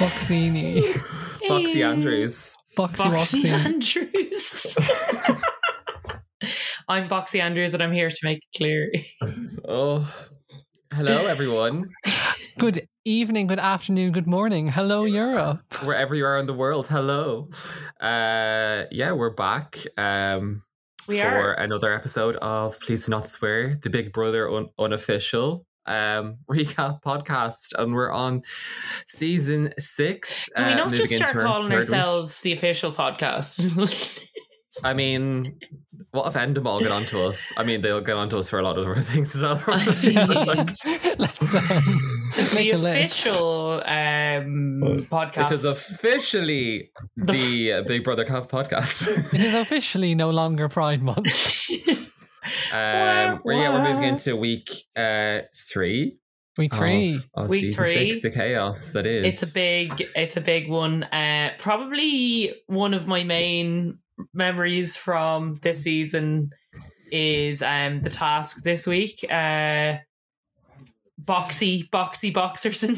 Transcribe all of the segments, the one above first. Rossini. Eh. Boxy Andrews. Boxy, Boxy Rossini. Andrews. I'm Boxy Andrews, and I'm here to make it clear. Oh, hello everyone, Good evening, good afternoon, good morning. Hello, Europe. wherever you are in the world. Hello. Uh, yeah, we're back. Um, We for are. another episode of Please Do Not Swear, the Big Brother un- unofficial um recap podcast, and we're on season six. Can we uh, not moving just into start our calling third ourselves the official podcast? week. I mean, what if Endemol get onto us? I mean, they'll get onto us for a lot of other things as well. Let's um, the make a list. official um, podcast. It is officially the uh, Big Brother Cup podcast. It is officially no longer Pride Month. um, we're, yeah, we're moving into week uh, three. Oh. Week three. Of, of Week season three. Six, the chaos that is. it's a big, it's a big one. Uh, probably one of my main memories from this season is um, the task this week. Uh, boxy, boxy, boxerson.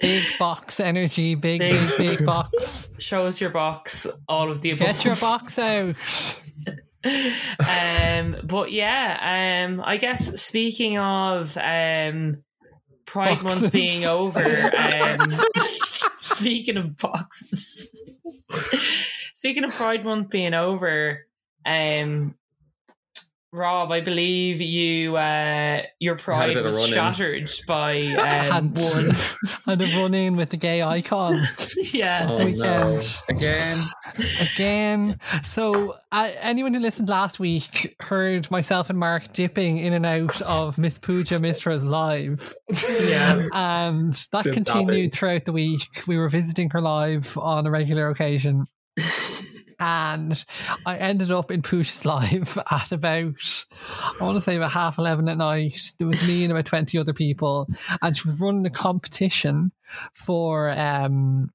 Big box energy, big, Big- big, big box. Show us your box, all of the above. Get your box out. um, but yeah, um, I guess speaking of um, Pride Boxes. Month being over, um, speaking of boxes, speaking of Pride Month being over, um, Rob, I believe you uh, your pride bit of a was run-in. shattered by um, Hands. one. and have run in with the gay icon yeah, Oh, weekend. no. Again, again. So, uh, anyone who listened last week heard myself and Mark dipping in and out of Miss Pooja Mistra's live, yeah. and that Good continued topic. throughout the week. We were visiting her live on a regular occasion. And I ended up in Pooja's live at about, I want to say about half 11 at night. There was me and about 20 other people. And she was running a competition for um,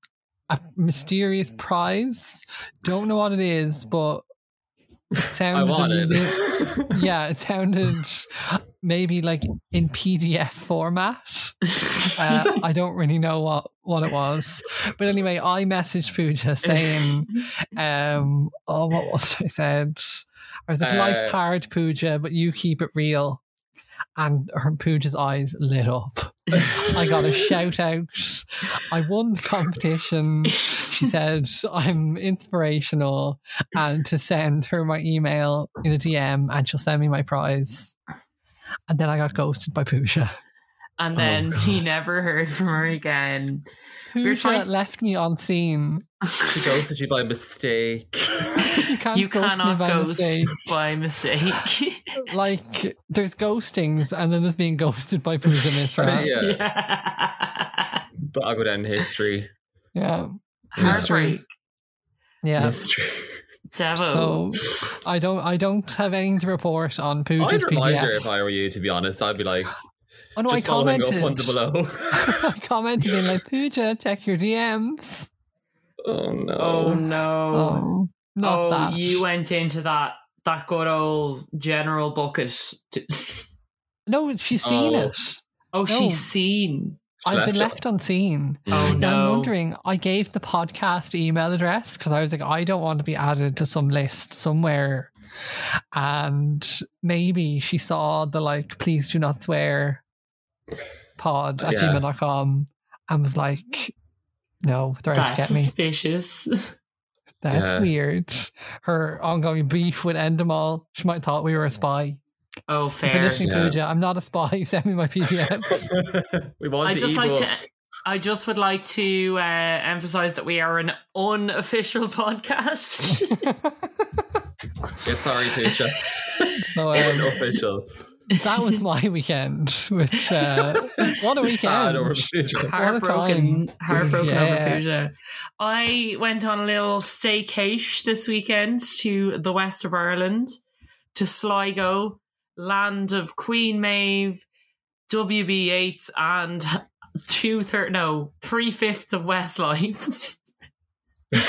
a mysterious prize. Don't know what it is, but it I sounded a want little- it. yeah, it sounded maybe like in PDF format. Uh, I don't really know what, what it was. But anyway, I messaged Pooja saying, um, oh, what was it I said? I was like, Uh, life's hard, Pooja, but you keep it real. And her Pooja's eyes lit up. I got a shout out. I won the competition. She said, I'm inspirational and to send her my email in a DM and she'll send me my prize. And then I got ghosted by Pooja. and Oh, then he God. never heard from her again. Pooja were trying- left me on scene. she ghosted you by mistake. You can't you ghost me cannot by ghost mistake. by mistake. Like there's ghostings and then there's being ghosted by Pooja Mitra. yeah. yeah, yeah. that'll go down in history. yeah. Heartbreak. History. Devil. So I don't I don't have anything to report on I'd Pooja's remind her if PDF. I were you. To be honest, I'd be like, Oh no, I just following up on commented. the below. I commented in like Pooja, check your DMs. oh no. Oh no. Oh, not oh, that. you went into that that good old general bucket. to- No, she's seen Oh. it. oh, No. she's seen. I've been Left- left unseen. Oh Now no. I'm wondering, I gave the podcast email address because I was like, I don't want to be added to some list somewhere. And maybe she saw the like, please do not swear pod at Yeah. gmail.com and was like, no, they're out to That's get me. suspicious. That's Yeah. weird. Her ongoing beef with Endemol, she might have thought we were a spy. Oh, If you're fair. listening, Yeah. Pooja, I'm not a spy. Send me my PDF. we want I the just like evil. to. I just would like to uh, emphasize that we are an unofficial podcast. Yeah, sorry, Pooja. so, um, Unofficial. that was my weekend. Which uh, what a Bad weekend! over Pooja. heartbroken, heartbroken Yeah. over Pooja. I went on a little staycation this weekend to the west of Ireland, to Sligo, land of Queen Maeve, WB Yeats, and two third no three fifths of Westlife.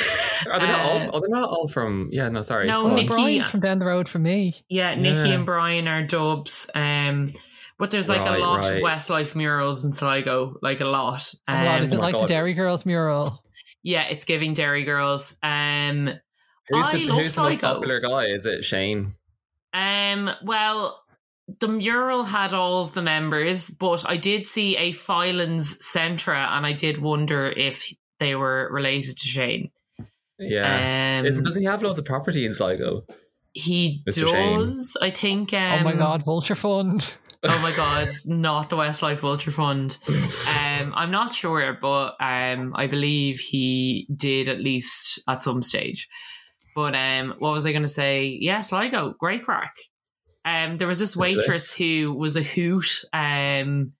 Are they not Uh, all? Are they not all from? Yeah, no, sorry. No, Go on. Oh, Nikki- Brian's from down the road from me. yeah, Nikki Yeah. and Brian are dubs. Um, But there's like Right, a lot right. of Westlife murals in Sligo, like a lot. Oh my God, is Um, it Oh my like the God. Dairy Girls mural? yeah, it's giving Dairy Girls. Um, Who's, the, I love who's the most Sligo. popular guy? Is it Shane? Um. Well, the mural had all of the members, but I did see a Phylan's Centra, and I did wonder if they were related to Shane. Yeah. Um, Is, doesn't he have loads of property in Sligo? he Mr. Shane. does. I think. Um, oh my god, Vulture Fund. Oh my god! Not the Westlife Vulture Fund. Um, I'm not sure, but um, I believe he did at least at some stage. But um, what was I going to say? Yes, Ligo, great crack. Um, there was this That's it. waitress who was a hoot. Um,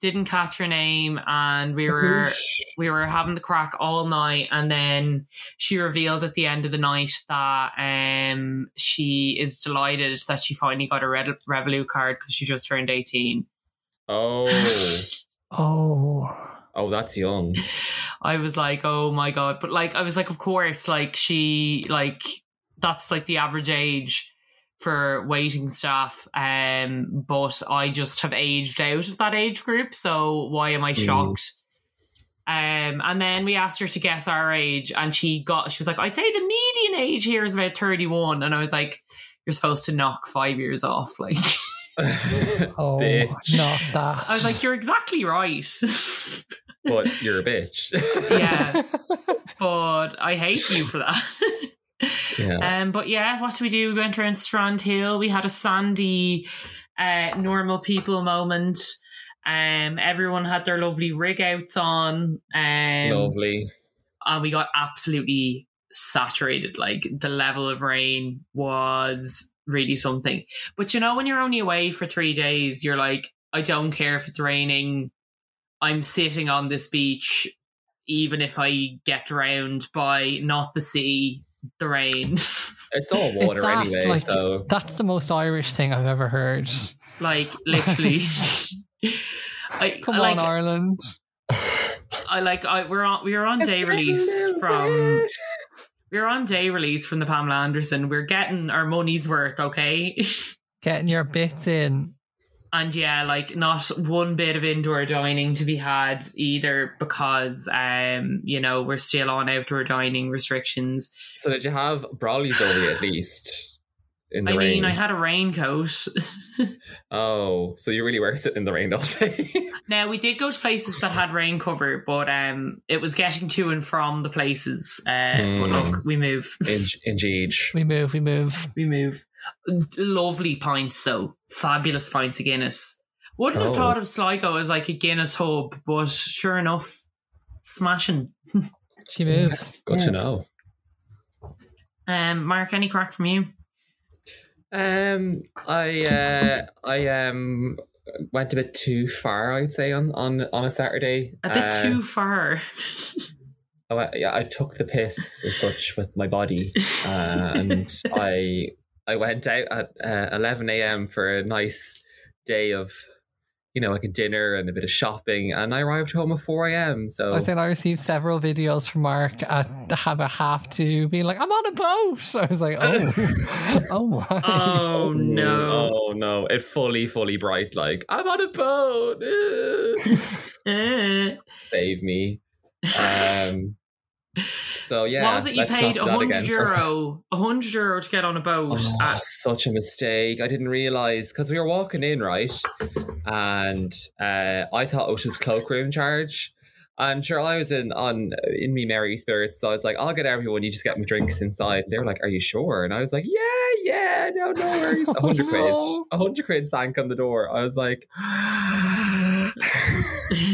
didn't catch her name, and we were we were having the crack all night and then she revealed at the end of the night that um she is delighted that she finally got a Red- Revolut card because she just turned 18. Oh, Oh. oh, that's young. I was like, "Oh my god." But like I was like, "Of course, like she like that's like the average age for waiting staff um but I just have aged out of that age group, so why am I Mm. shocked?" Um, and then we asked her to guess our age, and she got. She was like, "I'd say the median age here is about thirty-one," and I was like, "You're supposed to knock five years off." Like, Oh, Bitch. not that. I was like, "You're exactly right." but you're a bitch. yeah, but I hate you for that. yeah. um, but yeah, what did we do? We went around Strand Hill. We had a sandy, uh, normal people moment. Um, everyone had their lovely rig outs on. Um, Lovely. and we got absolutely saturated. Like the level of rain was really something. But you know, when you're only away for three days, you're like, I don't care if it's raining. I'm sitting on this beach, even if I get drowned by not the sea, the rain. It's all water that, anyway, like- so That's the most Irish thing I've ever heard. like literally. I, Come on, like, Ireland. I like I we're on we were on day release from we were on day release from the Pamela Anderson. We're getting our money's worth, okay? Getting your bits in. and yeah, like not one bit of indoor dining to be had either because um, you know, we're still on outdoor dining restrictions. So did you have Brawley's over you at least in the I rain? mean, I had a raincoat. oh, so you really were sitting in the rain all day. now we did go to places that had rain cover, but um it was getting to and from the places. Uh but Hmm. look, we move. in, indeed. We move, we move. we move. Lovely pints, though. Fabulous pints of Guinness. Wouldn't Oh. have thought of Sligo as like a Guinness hub, but sure enough, smashing. She moves. Good to know. Um, Mark, any crack from you? Um, I uh, I um went a bit too far, I'd say, on on on a Saturday. A bit Uh, oh, too far. I went- yeah, I took the piss as such with my body, uh, and I I went out at uh, eleven a.m. for a nice day of, you know, like a dinner and a bit of shopping, and I arrived home at four a.m. Oh. So I think I received several videos from Mark at have a half to being like, I'm on a boat. So I was like, oh, oh my. oh no. oh no, it fully fully bright like I'm on a boat. eh." Eh. Save me. Um, so yeah, what was it you let's paid? not do that again 100 for- euro. 100 euro to get on a boat. Oh, at- such a mistake. I didn't realize because we were walking in, right? And uh, I thought Otis's cloakroom charge. And sure, I was in on in me merry spirits, so I was like, "I'll get everyone. You just get me drinks inside." They were like, "Are you sure?" And I was like, "Yeah, yeah, no, no worries." A hundred quid, No. a hundred quid sank on the door. I was like,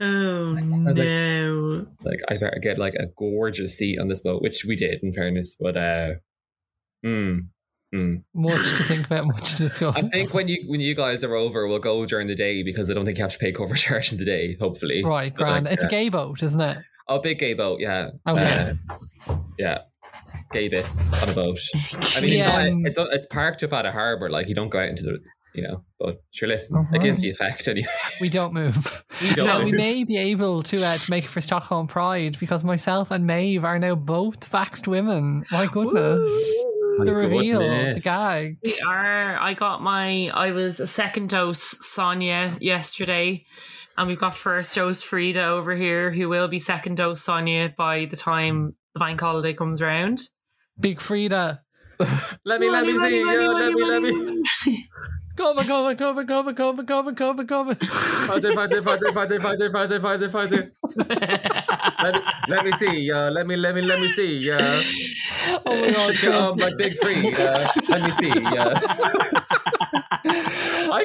oh like- no. "Like, I better get like a gorgeous seat on this boat," which we did, in fairness. But uh, mm, mm. Much to think about, much to discuss. I think when you when you guys are over, we'll go during the day because I don't think you have to pay cover charge in the day. Hopefully, Right, But, grand. like, it's a gay boat, isn't it? Oh, big gay boat, yeah, Okay. Uh, yeah, gay bits on a boat. I mean, We, it's, um, not, it's not- it's parked up at a harbour, like you don't go out into the, you know. But sure, listen, Uh-huh. against the effect, anyway. we don't move. We Go But on. we don't. may be able to, uh, to make it for Stockholm Pride because myself and Maeve are now both vaxxed women. My goodness. Woo. the reveal, the goodness. gag. We are. I got my. I was a second dose Sonia yesterday, and we've got first dose Frida over here, who will be second dose Sonia by the time the bank holiday comes round. Big Frida. Let me, let me see. Yeah, let me, let me. Come on, come on, come on, come on, come on, come on, come on, come on. Find it, find it, find it, find it, find it, find it, find it, find it. Let me, let me see. Yeah, let me, let me, let me see. Yeah. Oh my god, Um, my big free. Yeah. Let me see. Yeah. I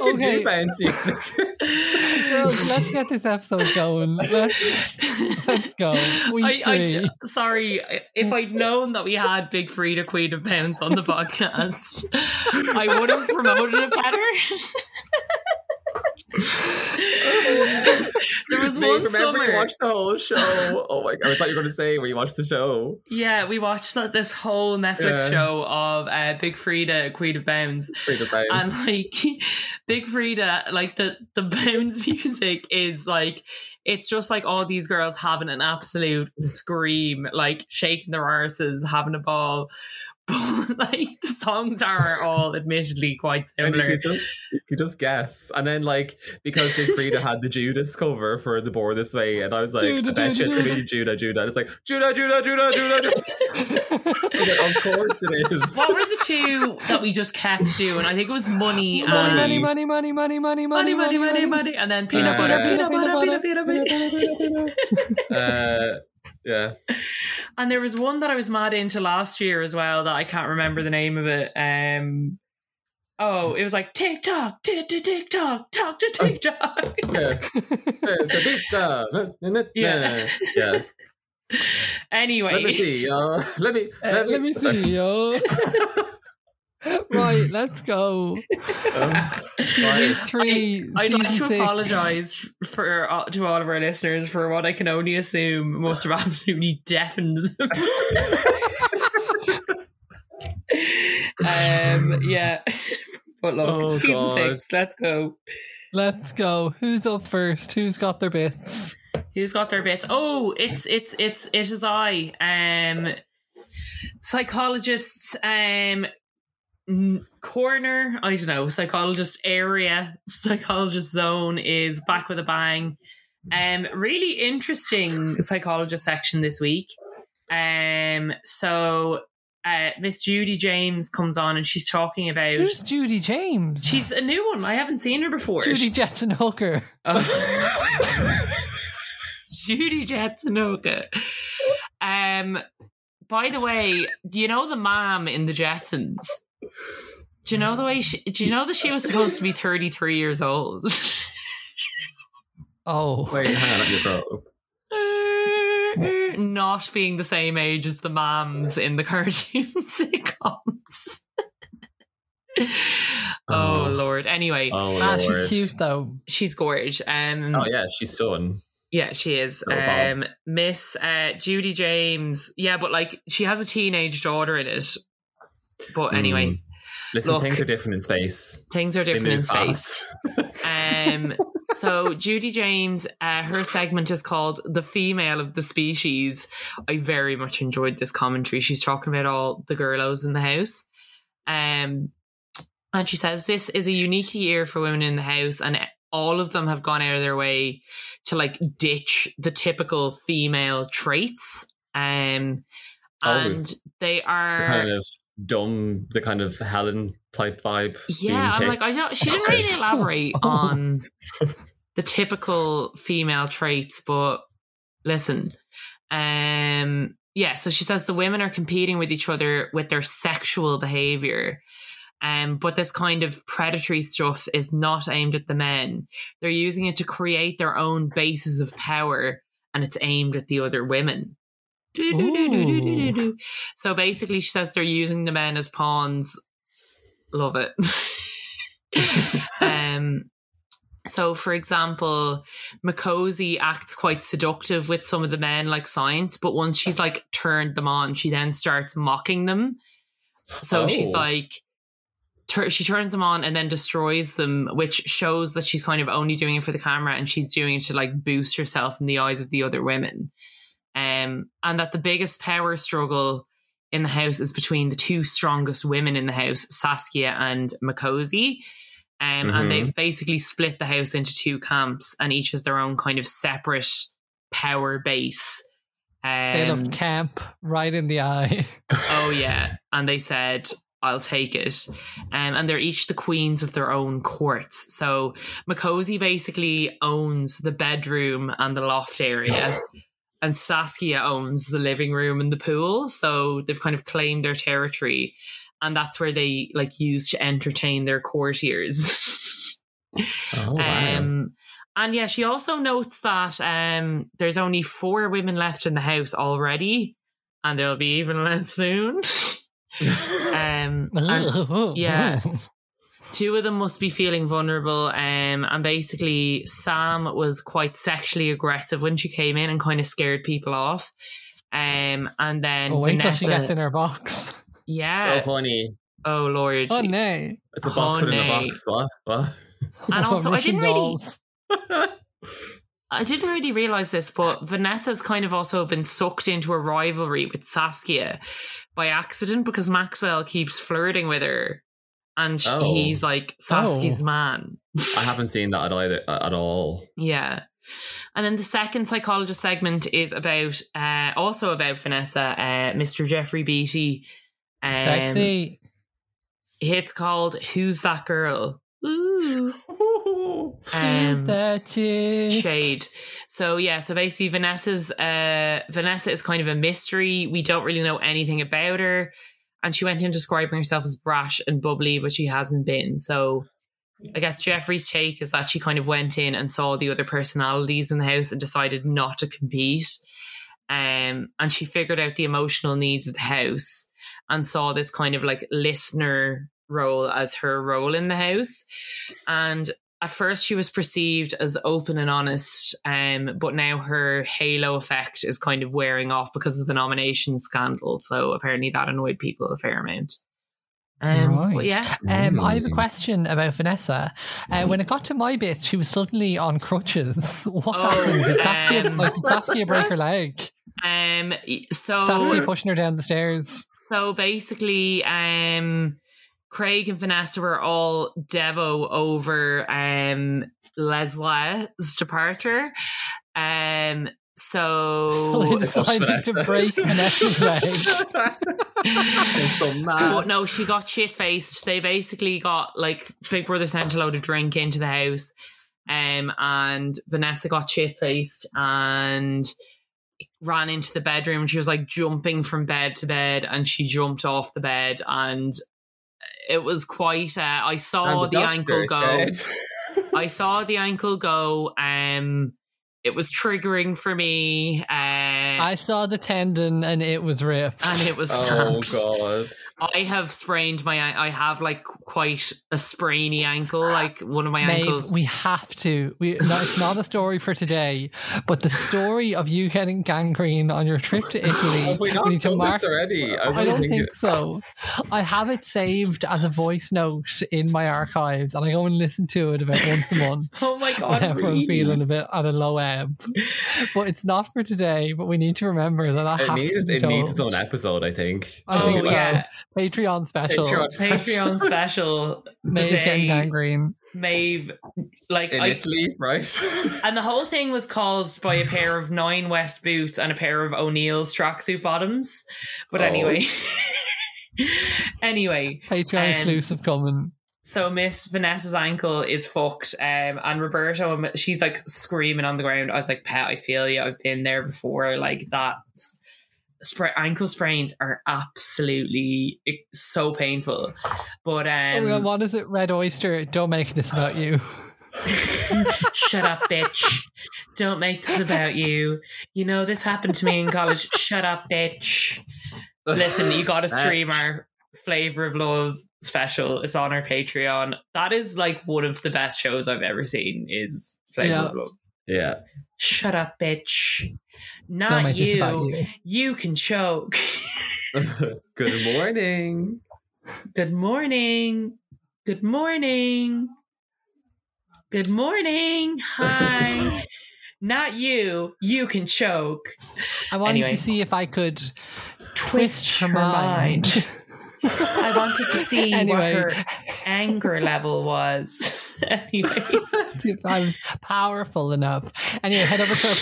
can Okay. do dance music. Girls, let's get this episode going. Let's, let's go. I, Week three. I, sorry, if I'd known that we had Big Frida Queen of Bounce on the podcast, I would have promoted it better. there was Me, one remember summer. you watched the whole show. Oh my god! I thought you were going to say when you watched the show. Yeah, we watched that, this whole Netflix Yeah. show of uh, Big Frida, Queen of Bounds, Free to bounce. and like Big Frida, like the the Bounds music is like it's just like all these girls having an absolute scream, like shaking their arses, having a ball. But like the songs are all admittedly quite And you similar. could just you could just guess, and then like because Big Frida had the Judas cover for the board this way, and I was like, Judah, I bet you it's Judah, gonna be Judah, Judah. And it's like Judah, Judah, Judah, Judah. Judah. I was like, of course it is. What were the two that we just kept doing? I think it was money and Money, money, money, money, money, money, money, money, money, money, and then peanut Uh, butter, Peanut peanut butter, butter, peanut butter, peanut butter. Uh, yeah, And there was one that I was mad into last year as well that I can't remember the name of it. Um Oh, it was like tick tock, tick tick tick tock, tock to Oh. tick tock. yeah. yeah, Yeah. yeah. Let me Anyway, see. Uh, let me Uh, let me see, yo. right, let's go. Um, Week right. three. I'd like season to six. apologise for uh, to all of our listeners for what I can only assume must have absolutely deafened them. um, yeah, but look, Oh, season God. six. Let's go. Let's go. Who's up first? Who's got their bits? Who's got their bits? Oh, it's it's it's it is I. Um psychologists um n- corner, I don't know, psychologist area, psychologist zone is back with a bang. Um really interesting psychologist section this week. Um so uh Miss Judy James comes on and she's talking about Who's Judy James? she's a new one. I haven't seen her before. Judy Jetson Hooker. Oh. Judy Jetsonoka. Um, by the way, do you know the mom in the Jetsons? Do you know the way? She, do you know that she was supposed to be thirty three years old? Oh, Wait, hang on, let me throw. Not being the same age as the moms in the cartoon sitcoms. oh, Oh. lord! Anyway, Oh, ah, Lord. she's cute though. she's gorge. Um, Oh yeah, she's done. Yeah, she is. Oh, wow. um, Miss uh, Judy James. Yeah, but like she has a teenage daughter in it. But anyway, Mm. Listen, Look. things are different in space. things are They different in move space. fast. Um, so Judy James, uh, her segment is called "The Female of the Species." I very much enjoyed this commentary. She's talking about all the girlos in the house, um, and she says this is a unique year for women in the house, and all of them have gone out of their way to like ditch the typical female traits, um, Oh. and they The are kind of dumb, the kind of Helen type vibe. being yeah, I'm like, I picked. don't. She didn't really elaborate Oh. on the typical female traits, but listen, um, yeah. So she says the women are competing with each other with their sexual behavior, um, but this kind of predatory stuff is not aimed at the men. They're using it to create their own bases of power, and it's aimed at the other women. Ooh. So basically, she says they're using the men as pawns. Love it. um, so, for example, Makosi acts quite seductive with some of the men, like science, but once she's like turned them on, she then starts mocking them. So she's Oh. like, tur she turns them on and then destroys them, which shows that she's kind of only doing it for the camera and she's doing it to like boost herself in the eyes of the other women. Um, and that the biggest power struggle in the house is between the two strongest women in the house, Saskia and Makosi. Um, Mhm. And they've basically split the house into two camps, and each has their own kind of separate power base. Um, They looked camp right in the eye. Oh yeah, and they said, "I'll take it," um, and they're each the queens of their own courts. So Makosi basically owns the bedroom and the loft area, and Saskia owns the living room and the pool. So they've kind of claimed their territory, and that's where they like use to entertain their courtiers. Oh, wow. Um, and yeah, she also notes that um, there's only four women left in the house already, and there'll be even less soon. um, and yeah. two of them must be feeling vulnerable. Um, and basically, Sam was quite sexually aggressive when she came in and kind of scared people off. Um, and then Oh, wait till she gets Vanessa, in her box. oh, yeah, honey. oh lord, Oh, nay. It's a box within a Honey. box. What? What? and also I Russian didn't really. dolls. I didn't really realize this, but Vanessa's kind of also been sucked into a rivalry with Saskia by accident because Maxwell keeps flirting with her, and sh Oh. he's like Saskia's Oh. man. I haven't seen that at either at all. Yeah. And then the second psychologist segment is about uh, also about Vanessa, uh, Mr. Jeffrey Beatty. Um, Sexy. It's called "Who's That Girl." Ooh. Is Um, that chick? shade. So yeah, so basically Vanessa's uh Vanessa is kind of a mystery. We don't really know anything about her. And she went in describing herself as brash and bubbly, but she hasn't been. So I guess Jeffrey's take is that she kind of went in and saw the other personalities in the house and decided not to compete. Um, and she figured out the emotional needs of the house and saw this kind of like listener role as her role in the house. And at first she was perceived as open and honest, um, but now her halo effect is kind of wearing off because of the nomination scandal. So apparently that annoyed people a fair amount. Um, Right. but yeah. Um, I have a Mm. question about Vanessa. Uh, when it got to my bit, she was suddenly on crutches. What Oh, happened? Did Saskia, um, like, did Saskia break her leg? Um, so Saskia pushing her down the stairs. So basically, um, Craig and Vanessa were all devo over um, Leslie's departure. Um, they so, decided to break Vanessa's leg. I'm so but mad. no, she got shit faced. They basically got like Big Brother sent a load of drink into the house, um, and Vanessa got shit faced and ran into the bedroom. and She was like jumping from bed to bed, and she jumped off the bed, and it was quite. Uh, I saw And the, doctor ankle go. said- I saw the ankle go. Um, it was triggering for me, uh, I saw the tendon and it was ripped. and it was. oh snapped. god. I have sprained my. I have like quite a sprainy ankle. Like one of my Maeve, ankles. we have to. We, no, it's not a story for today, but the story of you getting gangrene on your trip to Italy. Have we not need to done mark- this already? I, was I don't thinking- think so. I have it saved as a voice note in my archives, and I go and listen to it about once a month Oh my god. whenever I'm really? feeling a bit at a low ebb. But it's not for today. But we need to remember that I It have needs, to be it told. needs its own episode, I think. I think oh it's yeah, Patreon special. Patreon. Patreon special. Maeve's getting Today, gangrene. Maeve, like in I, Italy, right? and the whole thing was caused by a pair of Nine West boots and a pair of O'Neill's tracksuit bottoms. But Oh. anyway, anyway, Patreon Um, exclusive coming. So Miss Vanessa's ankle is fucked, um, and Roberto, um, she's like screaming on the ground. I was like, "Pat, I feel you. I've been there before. Like that, s- spra- ankle sprains are absolutely it's so painful." But oh my god, um, what is it? Red oyster. Don't make this about you. shut up, bitch! Don't make this about you. You know this happened to me in college. shut up, bitch! Listen, you got to stream our flavor of love special. It's on our Patreon. That is like one of the best shows I've ever seen. Is flavor Yeah. of love. Yeah. Shut up, bitch. Don't Not make this about you. you. You can choke. Good morning. Good morning. Good morning. Good morning. Hi. Not you. You can choke. I wanted Anyway. to see if I could twist her mind. I wanted to see Anyway. what her anger level was. anyway, I was powerful enough. Anyway, head over to our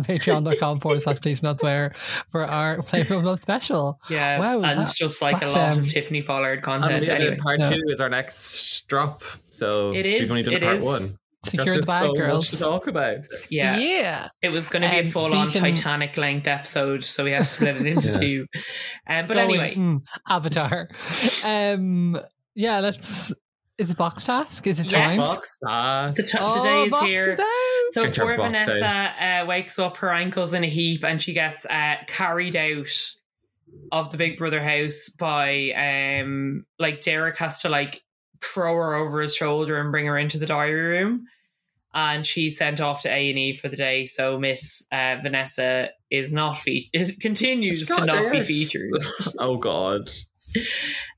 Patreon, patreon.com forward slash please not swear for our Play Film Love special. yeah, Wow, and that- it's just like a that's, lot um, of Tiffany Pollard And content. then Anyway, Um, part no. two is our next drop. So It is- we've only done it part is. one. That's Secure the just bag, so much to girls. talk about. yeah, yeah. it was going to be a Um, full-on speaking- Titanic length episode, so we have to split it into Yeah. two. Um, but Going- anyway, mm, Avatar. um, yeah, let's. Is it box task? Is it Yes. time? Box task. the, t- Oh, the day is box here. time. So Get your poor box out. Vanessa uh, wakes up, her ankles in a heap, and she gets uh, carried out of the Big Brother house by um like Derek has to like throw her over his shoulder and bring her into the diary room, and she's sent off to A and E for the day. So Miss uh, Vanessa is not fe- is, continues to Got not be there. featured. oh god.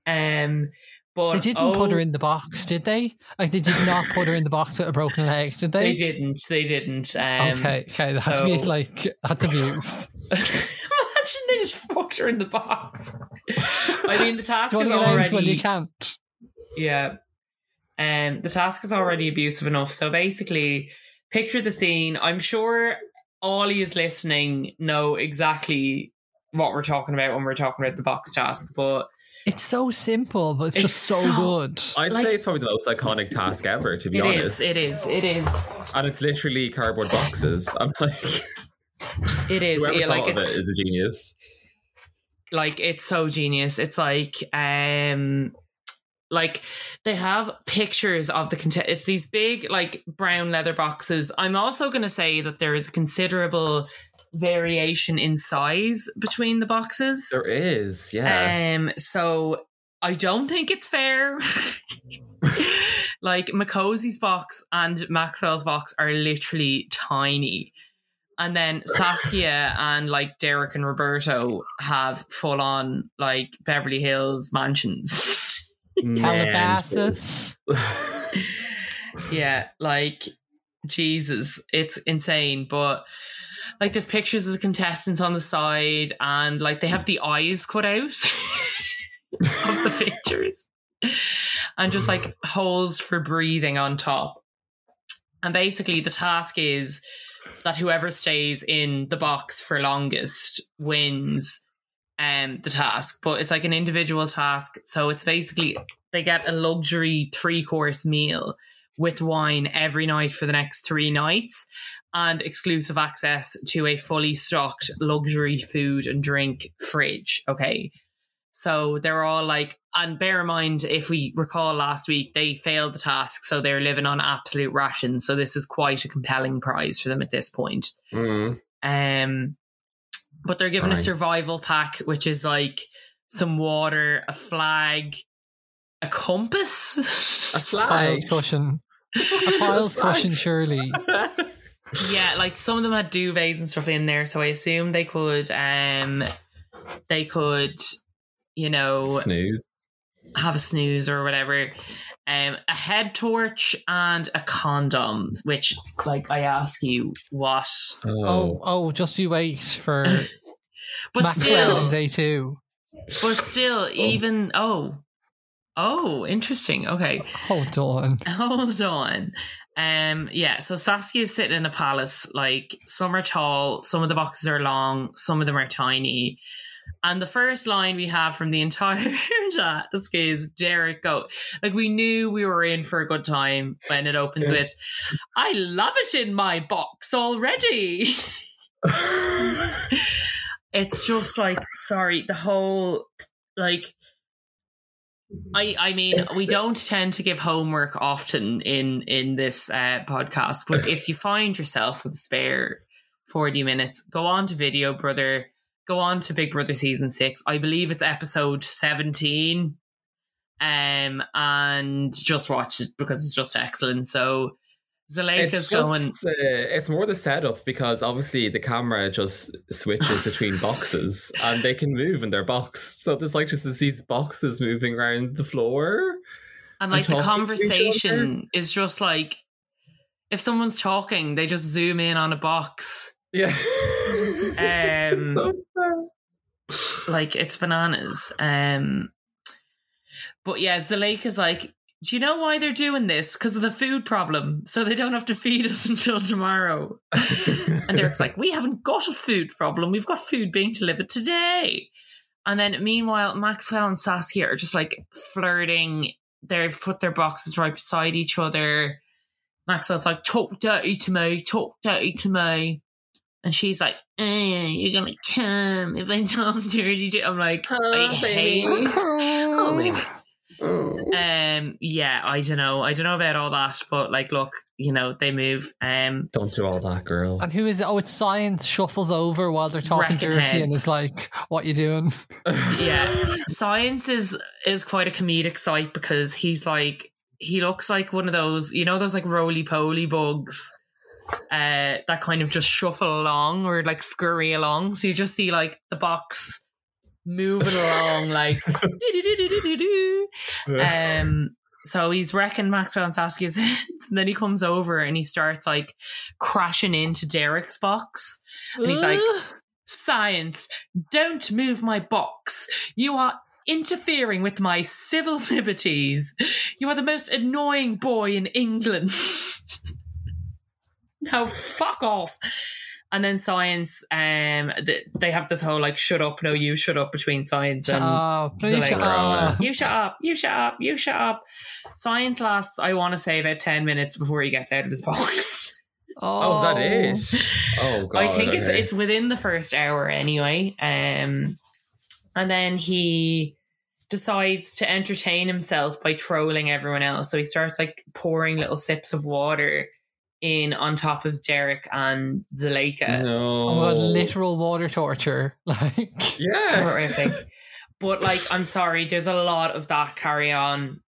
Um, but They didn't oh, put her in the box, did they? Like they did not put her in the box with a broken leg, did They they? didn't. They didn't. Um, okay, okay, that's so- me like that's abuse. Imagine they just fucked her in the box. I mean, the task Do you want to get is out when you already can't? yeah, um, the task is already abusive enough. So basically, picture the scene. I'm sure Ollie is listening. Know exactly what we're talking about when we're talking about the box task, but It's so simple, but it's, It's just so, so- good. I'd Like- say it's probably the most iconic task ever, to be it is, honest. it is, it is, And it's literally cardboard boxes. I'm like, it is. whoever Yeah, thought like of it it's is a genius. like it's so genius it's like um like they have pictures of the cont- it's these big like brown leather boxes i'm also going to say that there is a considerable variation in size between the boxes There is, yeah. um so i don't think it's fair like mccosy's box and maxwell's box are literally tiny and then Saskia and like Derek and Roberto have full on like Beverly Hills mansions. Uh, Calabasas. Man. yeah, like Jesus, it's insane. But like there's pictures of the contestants on the side and like they have the eyes cut out of the pictures and just like holes for breathing on top. And basically the task is that whoever stays in the box for longest wins um the task but it's like an individual task so it's basically they get a luxury three course meal with wine every night for the next three nights and exclusive access to a fully stocked luxury food and drink fridge okay so they're all like and bear in mind if we recall last week they failed the task so they're living on absolute rations so this is quite a compelling prize for them at this point Mm. um, but they're given a Right. survival pack, which is like some water, a flag, a compass, A flag. Piles cushion. A piles cushion, surely. yeah, like some of them had duvets and stuff in there, so I assume they could, um, they could, you know, Snooze. have a snooze or whatever. Um, a head torch and a condom, which, like, I ask you, what? Oh, oh, just you wait for But Maxwell still, on day two. But still, even oh, oh, interesting. Okay, Hold on. hold on. Um, yeah. So Saskia is sitting in a palace. Like some are tall, some of the boxes are long, some of them are tiny. And the first line we have from the entire task is Derek go. Like we knew we were in for a good time when it opens with, "I love it in my box already." Oh. it's just like sorry the whole like i i mean It's- we don't tend to give homework often in in this uh podcast but if you find yourself with a spare 40 minutes go on to video brother go on to big brother season 6 i believe it's episode 17 um and just watch it because it's just excellent so It's Zuleika's just, going uh, it's more the setup because obviously the camera just switches between boxes and they can move in their box. So there's like just these boxes moving around the floor. And and like the talking to each conversation is just like if someone's talking, they just zoom in on a box. Yeah. Um, So- like it's bananas. Um, but yeah, Zuleika is like, do you know why they're doing this? Because of the food problem, so they don't have to feed us until tomorrow. and Eric's like, we haven't got a food problem; we've got food being delivered today. And then meanwhile, Maxwell and Saskia are just like flirting. They've put their boxes right beside each other. Maxwell's like, talk dirty to me, talk dirty to me. And she's like, eh, you're going to come if I talk dirty to I'm like, Oh, I baby. hate Oh, baby. Oh. Um, yeah, I don't know. I don't know about all that, but like, look, you know, they move. Um, Don't do all that, girl. And who is it? Oh, it's science shuffles over while they're talking Wrecking dirty and heads. it's like, what you doing? yeah, science is is quite a comedic sight because he's like he looks like one of those, you know, those like roly poly bugs. Uh, that kind of just shuffle along or like scurry along. So you just see like the box moving along, like do-do-do-do-do-do-do. um so he's wrecking Maxwell and Saskia's heads, and then he comes over and he starts like crashing into Derek's box. And he's like, Science, don't move my box. You are interfering with my civil liberties. You are the most annoying boy in England. now fuck off. And then science, um, th- they have this whole like shut up, no you shut up between science and oh, please shut Zuleika. up. you shut up, you shut up, you shut up. Science lasts, I want to say, about 10 minutes before he gets out of his box. oh, is that it? Oh, God. I think it's okay. it's within the first hour anyway. Um, and then he decides to entertain himself by trolling everyone else. So he starts like pouring little sips of water in on top of Derek and Zuleika. No. Oh, my God, literal water torture. Like, Yeah. horrific. but like, I'm sorry, there's a lot of that carry on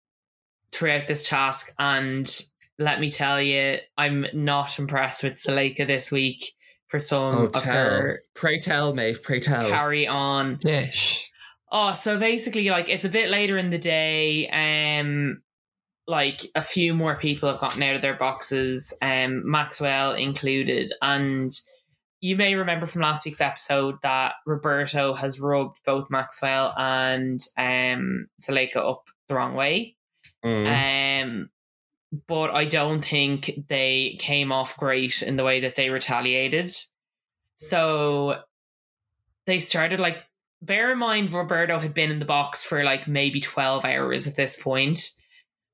throughout this task, and let me tell you, I'm not impressed with Zuleika this week for some Oh, of tell. Oh. her Pray tell, Maeve. Pray tell. carry on. ish. Oh, so basically, like it's a bit later in the day. Um, like a few more people have gotten out of their boxes, um, Maxwell included, and you may remember from last week's episode that Roberto has rubbed both Maxwell and um Saleka up the wrong way. Mm. Um, but I don't think they came off great in the way that they retaliated. So they started like, bear in mind, Roberto had been in the box for like maybe 12 hours at this point.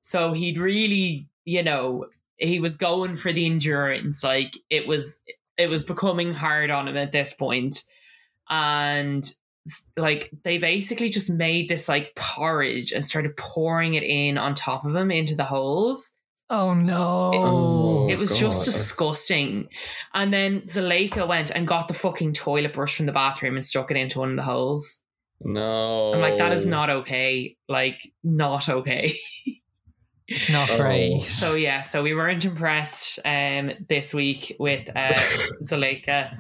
So he'd really, you know, he was going for the endurance. Like it was, it was becoming hard on him at this point. And s- like they basically just made this like porridge and started pouring it in on top of him into the holes. Oh, no. Oh, it was God. just disgusting. And then Zuleika went and got the fucking toilet brush from the bathroom and stuck it into one of the holes. No. I'm like, that Oh. is not okay. Like, not okay. it's not Oh. great. So yeah, so we weren't impressed um this week with uh Zuleika.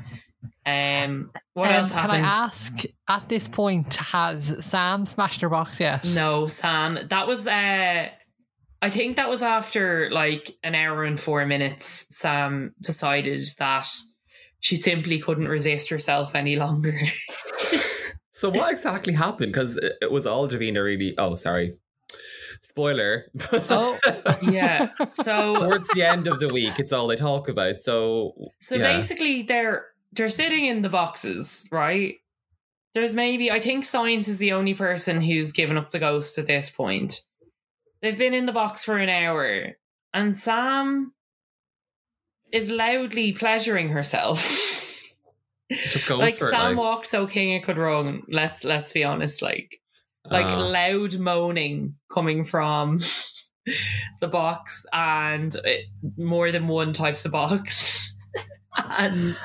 Um what Um, else can happened? I ask, at this point, has Sam smashed her box yet? No, Sam. That was uh I think that was after like an hour and four minutes, Sam decided that she simply couldn't resist herself any longer. So what exactly happened? Because it, it was all Davina really. Oh, sorry. Spoiler. Oh. yeah. So Towards the end of the week, it's all they talk about. So so Yeah. basically they're they're sitting in the boxes, right? There's maybe I think science is the only person who's given up the ghost at this point. They've been in the box for an hour, and Sam is loudly pleasuring herself. it just goes like for Sam it. Like, walked so king it could run. Let's let's be honest, like like Ah. loud moaning coming from the box and it, more than one types of box. and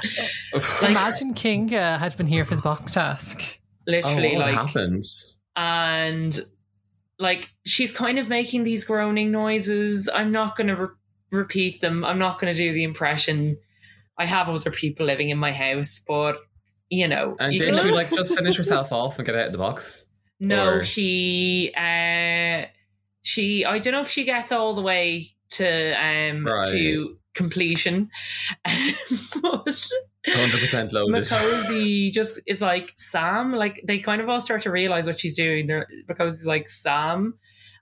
Oh, like Imagine King uh, had been here for the box task. oh, literally what like happened? and like she's kind of making these groaning noises. I'm not going to re- repeat them. I'm not going to do the impression. I have other people living in my house, but you know, And you did can- she like just finish herself off and get out of the box? No, Or- she uh she I don't know if she gets all the way to um Right. to completion. but Hundred percent loaded. Makozy just is like Sam. Like they kind of all start to realize what she's doing. They're Makozy's like Sam,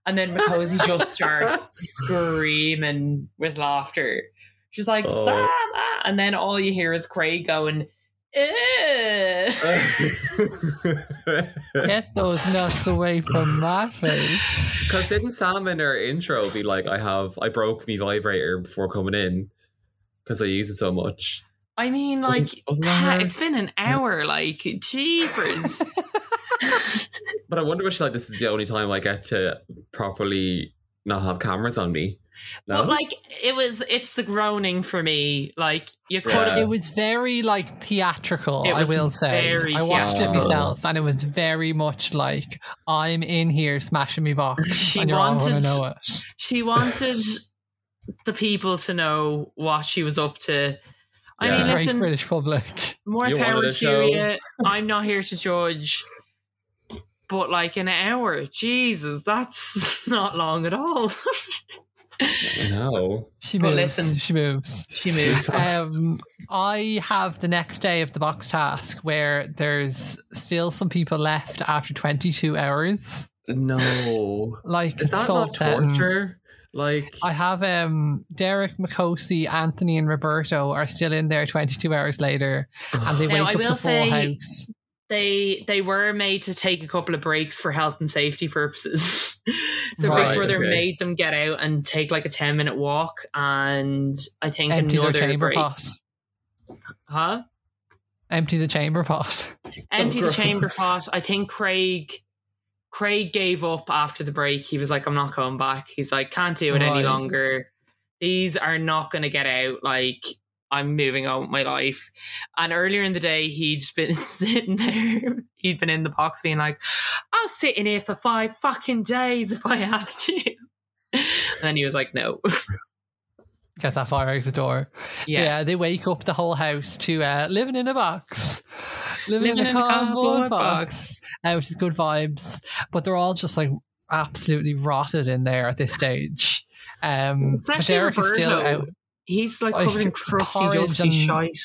and then Makozy just starts screaming with laughter. She's like Oh. Sam, ah," and then all you hear is Craig going. "Eh." Get those nuts away from my face. Because didn't Sam in her intro be like, "I have, I broke me vibrator before coming in because I use it so much." I mean, like, Wasn't- wasn't that Pat, her? it's been an hour. Like, cheapers. But I wonder if she's like, "This is the only time I get to properly not have cameras on me." No, But like, it was. It's the groaning for me. Like, you could Yeah. have It was very like theatrical, It was I will say. very I watched it theatrical. myself and it was very much like I'm in here smashing me box She and you're all gonna wanted- know it. She wanted the people to know what she was up to. I Yeah. mean, Great listen, British public. more You power wanted a to you. I'm not here to judge. But like an hour, Jesus, that's not long at all. I know. She Well, moves. listen. She moves. she moves. Um, I have the next day of the box task where there's still some people left after 22 hours. No, Like, is that so not upsetting. torture? Like, I have um, Derek, Makosi, Anthony, and Roberto are still in there 22 hours later, and they Now, I wake will up the say- full house. They they were made to take a couple of breaks for health and safety purposes. so Right, Big Brother okay. made them get out and take like a ten minute walk, and I think Empty their another chamber break. pot. Huh? Empty the chamber pot. empty Oh, the chamber gross. pot. I think Craig Craig gave up after the break. He was like, I'm not going back. He's like, can't do it any Right. longer. These are not gonna get out. Like, I'm moving on with my life. And earlier in the day, he'd been sitting there. He'd been in the box being like, I'll sit in here for five fucking days if I have to. And then he was like, no. Get that fire out the door. Yeah, Yeah. they wake up the whole house to uh, living in a box. Living, in, a cardboard, box. uh, which is good vibes. But they're all just like absolutely rotted in there at this stage. Um, but Especially Derek is still Roberto. out, He's like Like, covered in crusty, porridge dusty and- shite.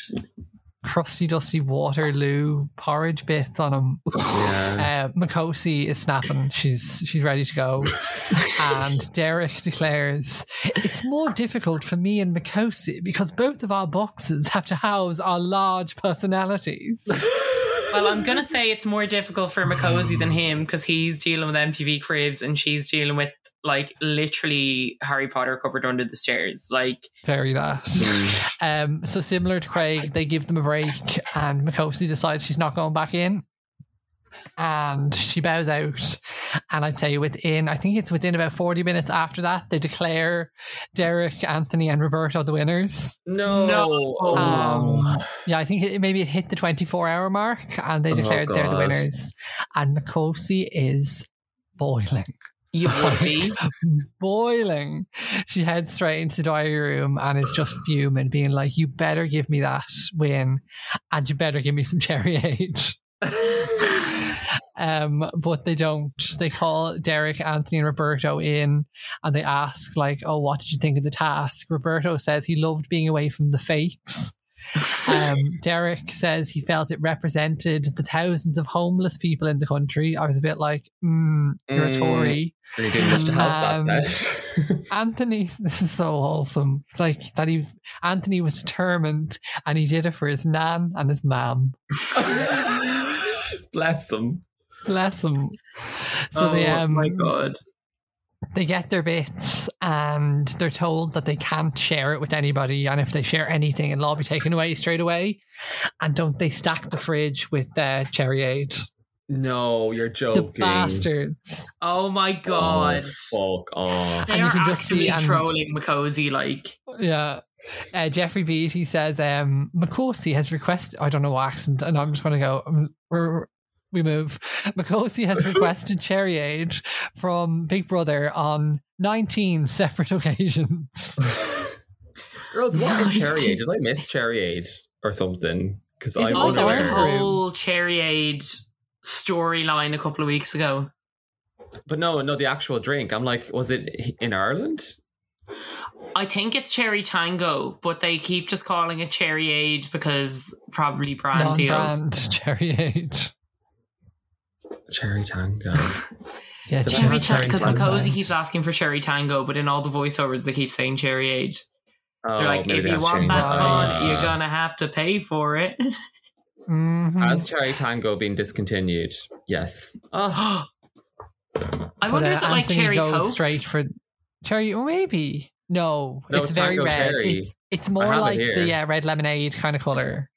crusty, dusty Waterloo porridge bits on him. yeah. Uh, Makosi is snapping; she's she's ready to go. and Derek declares, "It's more difficult for me and Makosi because both of our boxes have to house our large personalities." Well, I'm gonna say it's more difficult for Makozy than him because he's dealing with MTV Cribs and she's dealing with like literally Harry Potter cupboard under the stairs. Like, Very that. Mm. Um, so similar to Craig, they give them a break, and Makosi decides she's not going back in, and she bows out. And I'd say within, I think it's within about forty minutes after that, they declare Derek, Anthony, and Roberto the winners. No. Oh. No. Um, yeah, I think it, maybe it hit the twenty-four hour mark, and they Oh, declared they're the God. winners. And Makosi is boiling you would be. boiling. She heads straight into the diary room and is just fuming, being like, You better give me that win and you better give me some cherry aid. um, but they don't. They call Derek, Anthony, and Roberto in and they ask, like, oh, what did you think of the task? Roberto says he loved being away from the fakes. Um, Derek says he felt it represented the thousands of homeless people in the country. I was a bit like, mm, you're a Mm. Tory. Really didn't much to help Um, that then. Anthony, this is so wholesome. It's like that he Anthony was determined and he did it for his nan and his mam. Bless them. Bless him. So oh they um, my god. they get their bits and they're told that they can't share it with anybody and if they share anything it'll all be taken away straight away. And don't they stack the fridge with uh, cherry aid? No, you're The joking. bastards. Oh my god. Oh, fuck off. They And you are can just actually see, um, trolling Makozy like Yeah. Uh, Jeffrey Beat, he says, um, McCosey has requested, I don't know what accent, and I'm just going to go, um, r- we move. McCosey has requested cherry aid from Big Brother on 19 separate occasions. Girls, what is Cherry Right. Aid? Did I miss Cherry Aid or something? Because Is I'm it Oh, all there was a Room. whole cherry aid storyline a couple of weeks ago. But no, no, the actual drink. I'm like, was it in Ireland? I think it's Cherry Tango, but they keep just calling it Cherry Age because probably brand deals. Non-brand cherry age. Cherry Tango. Oh, Yeah, Did I Cherry have Tango, Cherry because Tango? Cozy keeps asking for Cherry Tango, but in all the voiceovers they keep saying Cherry Age. Oh, They're like, maybe if they you have want changed that it. fun, Ah. you're gonna have to pay for it. Mhm. Has Cherry Tango been discontinued? Yes. Oh, I But, wonder uh, is it like Anthony Cherry goes Coke? straight for cherry. Well, maybe no. no, it's it's very Tango red. Cherry. It- it's have more it like the here. uh, red lemonade kind of color.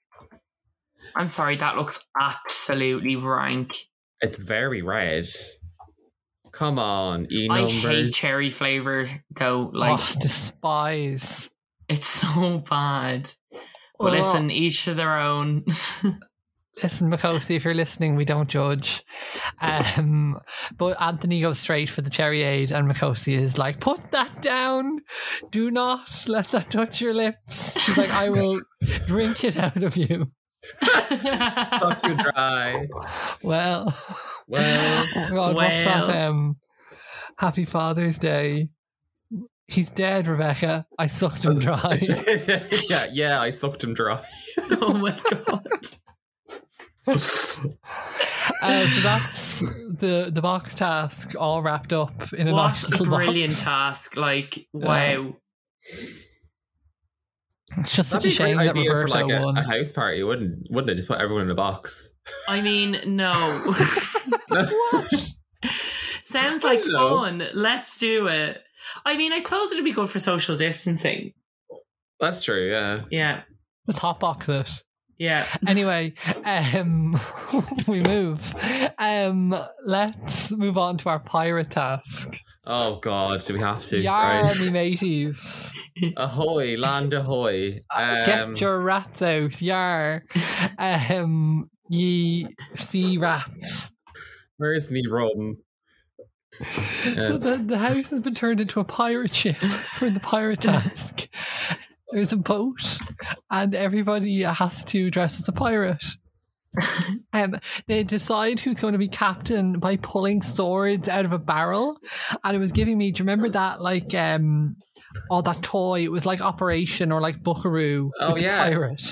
I'm sorry, that looks absolutely rank. It's very red. Come on, E I numbers. hate cherry flavor though. Like Like Oh, despise. it's so bad. But Oh. listen, each to their own. Listen, Makosi, if you're listening, we don't judge. Um, but Anthony goes straight for the cherry aid, and Makosi is like, "Put that down! Do not let that touch your lips." She's like, "I will drink it out of you." Fuck you dry. Well, Well, oh God, what's that? Well. Um, Happy Father's Day. He's dead, Rebecca. I sucked him dry. yeah, yeah, I sucked him dry. oh my god. Uh, so that's the the box task all wrapped up in a nice What a little brilliant box. task. Like, wow. It's just such That'd be a a shame great that idea for Roberto like a, won. a house party, wouldn't wouldn't it? Just put everyone in a box. I mean, no. Sounds like Hello. fun. Let's do it. I mean, I suppose it'd be good for social distancing. That's true, yeah. Yeah. Let's hotbox it. Yeah. Anyway, um, we move. Um, let's move on to our pirate task. Oh god, do we have to? Yar, Right. me mateys. Ahoy, land ahoy. Um, Uh, Get your rats out. Yar. Um, ye sea rats. Where's me rum? Uh, So the, the house has been turned into a pirate ship for the pirate task. There's a boat, and everybody has to dress as a pirate. Um, they decide who's going to be captain by pulling swords out of a barrel, and it was giving me. Do you remember that like um, oh that toy? It was like Operation or like Buckaroo. Oh, with yeah. the pirate.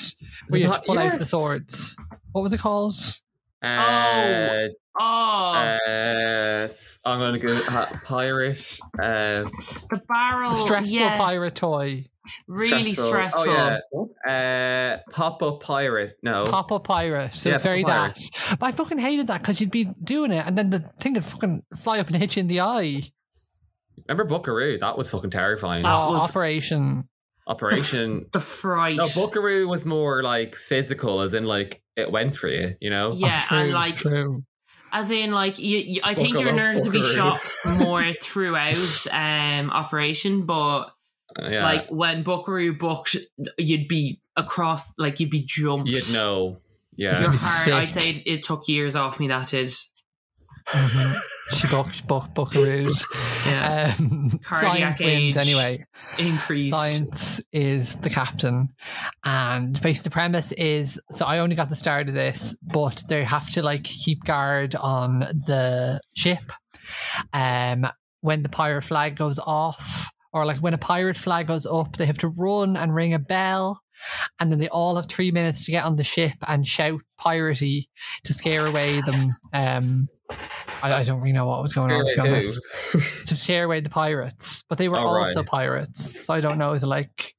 Where you had to pi- pull out the yes. swords. What was it called? Oh, Uh, Oh, uh, s- I'm gonna go ha- pirate. Uh, the barrel. The stressful Oh, yeah, pirate toy. Really stressful. Oh yeah. Uh, pop up pirate. No. Oh. Pop up pirate. So Yeah, it's very Papa that. But I fucking hated that because you'd be doing it and then the thing would fucking fly up and hit you in the eye. Remember Buckaroo? That was fucking terrifying. That Oh, was- operation. Operation. The fright. No, Buckaroo was more like physical, as in like it went for you. You know. Oh, yeah, true, and like, true. as in, like, you, you, I think Buckle your up, nerves would be buckaroo. shot more throughout um operation, but Uh, yeah. like when Buckaroo booked, you'd be across, like, you'd be jumped. you'd know. It's- Yeah. Your That'd be heart, I'd sick. say it, it took years off me, that did. Mhm. she buck, she buck, buckaroos. Yeah. Um, Cardiac science wins age. anyway. uh, Increase. Science is the captain, and basically the premise is so I only got the start of this, but they have to like keep guard on the ship. Um, when the pirate flag goes off, or like when a pirate flag goes up, they have to run and ring a bell, and then they all have three minutes to get on the ship and shout piracy to scare away them. Um, I, I don't really know what was going on to be Scare away who? honest to scare away the pirates, but they were Oh, right. also pirates. So I don't know, is it like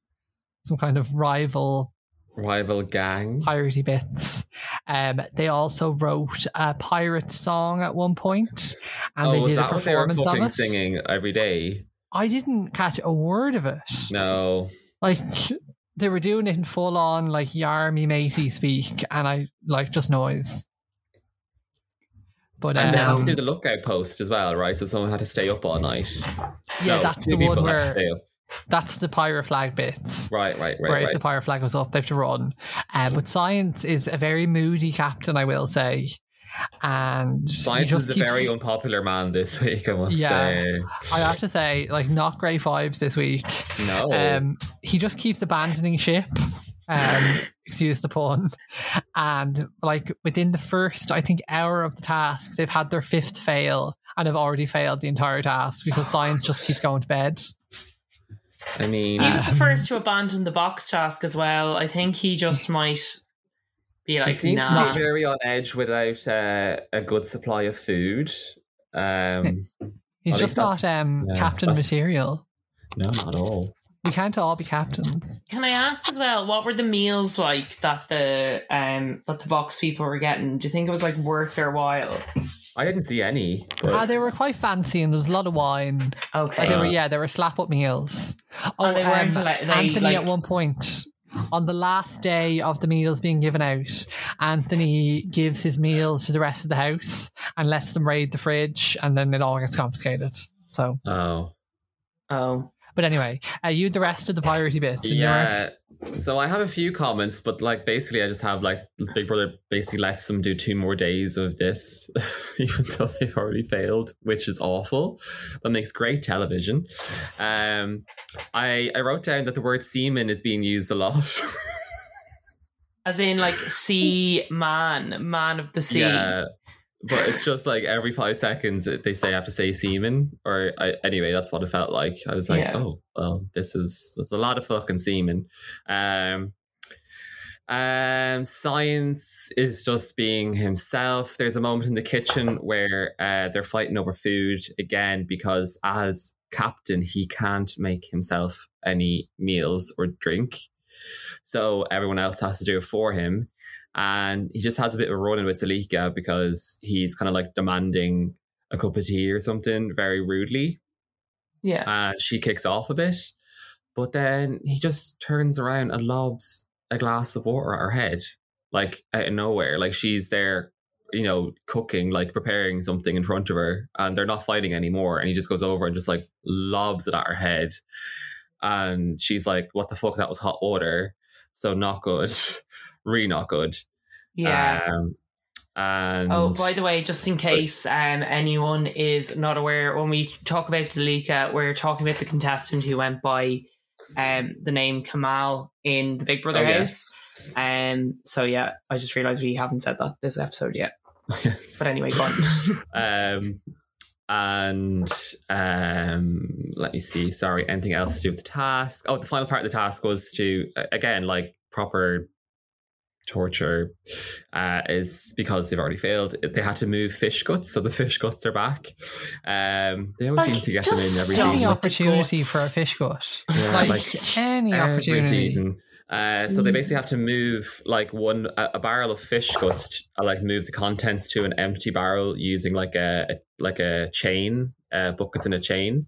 some kind of rival Rival gang. piratey bits? Um, they also wrote a pirate song at one point, and oh, they was did a that what they were performance of fucking it. singing every day? I didn't catch a word of it. No. Like they were doing it in full on like yarmy matey speak, and I like just noise. But And they um, have to do the lookout post as well, right? So someone had to stay up all night. yeah, No, that's two the one people had to where stay up. that's the pirate flag bits. Right, right, right, where right. if the pirate flag goes up, they have to run. Um, but science is a very moody captain, I will say, and Science he just is a keeps, very unpopular man this week, I must Yeah. say. I have to say, like not great vibes this week. No. Um, he just keeps abandoning ship. Um, excuse the pun. And like within the first, I think hour of the task, they've had their fifth fail and have already failed the entire task because science just keeps going to bed. I mean, He was the Um, first to abandon the box task as well. I think he just might be he like, seems to nah. be very on edge without uh, a good supply of food. Hmm. Um, He's At just least not that's- um, yeah, captain that's- material. no, not all. We can't all be captains. Can I ask as well, what were the meals like that the um that the box people were getting? Do you think it was like worth their while? I didn't see any. But Uh, they were quite fancy and there was a lot of wine. Uh, Okay. they were, Uh, yeah, they were slap up meals. Oh, And they weren't um, like- they, Anthony like- at one point on the last day of the meals being given out, Anthony gives his meals to the rest of the house and lets them raid the fridge, and then it all gets confiscated. So, oh, Oh. but anyway, uh, you the rest of the piratey bits. and you're- yeah. So I have a few comments, but like basically, I just have like Big Brother basically lets them do two more days of this, even though they've already failed, which is awful, but makes great television. Um, I I wrote down that the word semen is being used a lot. As in like sea man, man of the sea. Yeah. But it's just like every five seconds it- they say I have to say semen or I, anyway that's what it felt like. I was like, Yeah. oh well, this is there's a lot of fucking semen. Um, um, science is just being himself. There's a moment in the kitchen where uh, they're fighting over food again because as captain he can't make himself any meals or drink, so everyone else has to do it for him and he just has a bit of a run in with Salika because he's kind of like demanding a cup of tea or something very rudely. Yeah. And she kicks off a bit, but then he just turns around and lobs a glass of water at her head, like out of nowhere. Like she's there, you know, cooking, like preparing something in front of her, and they're not fighting anymore. And he just goes over and just like lobs it at her head. And she's like, What the fuck? That was hot water. So not good. really not good. Yeah. Um, and Oh, by the way, just in case um, anyone is not aware, when we talk about Zalika, we're talking about the contestant who went by um, the name Kamal in the Big Brother Oh, house. Um, so yeah, I just realised we haven't said that this episode yet. But anyway, go on. um, and um, let me see. Sorry, anything else to do with the task? Oh, the final part of the task was to a- again like proper torture uh, is because they've already failed. They had to move fish guts, so the fish guts are back. Um, they always Like, seem to get them in just every stop. any season. opportunity for a Guts. fish gut. Yeah, like, like, any every opportunity. season. Uh, so they basically have Jesus. to move like one a, a barrel of fish guts, t- uh, like move the contents to an empty barrel using like a, a- like a chain, uh, buckets in a chain,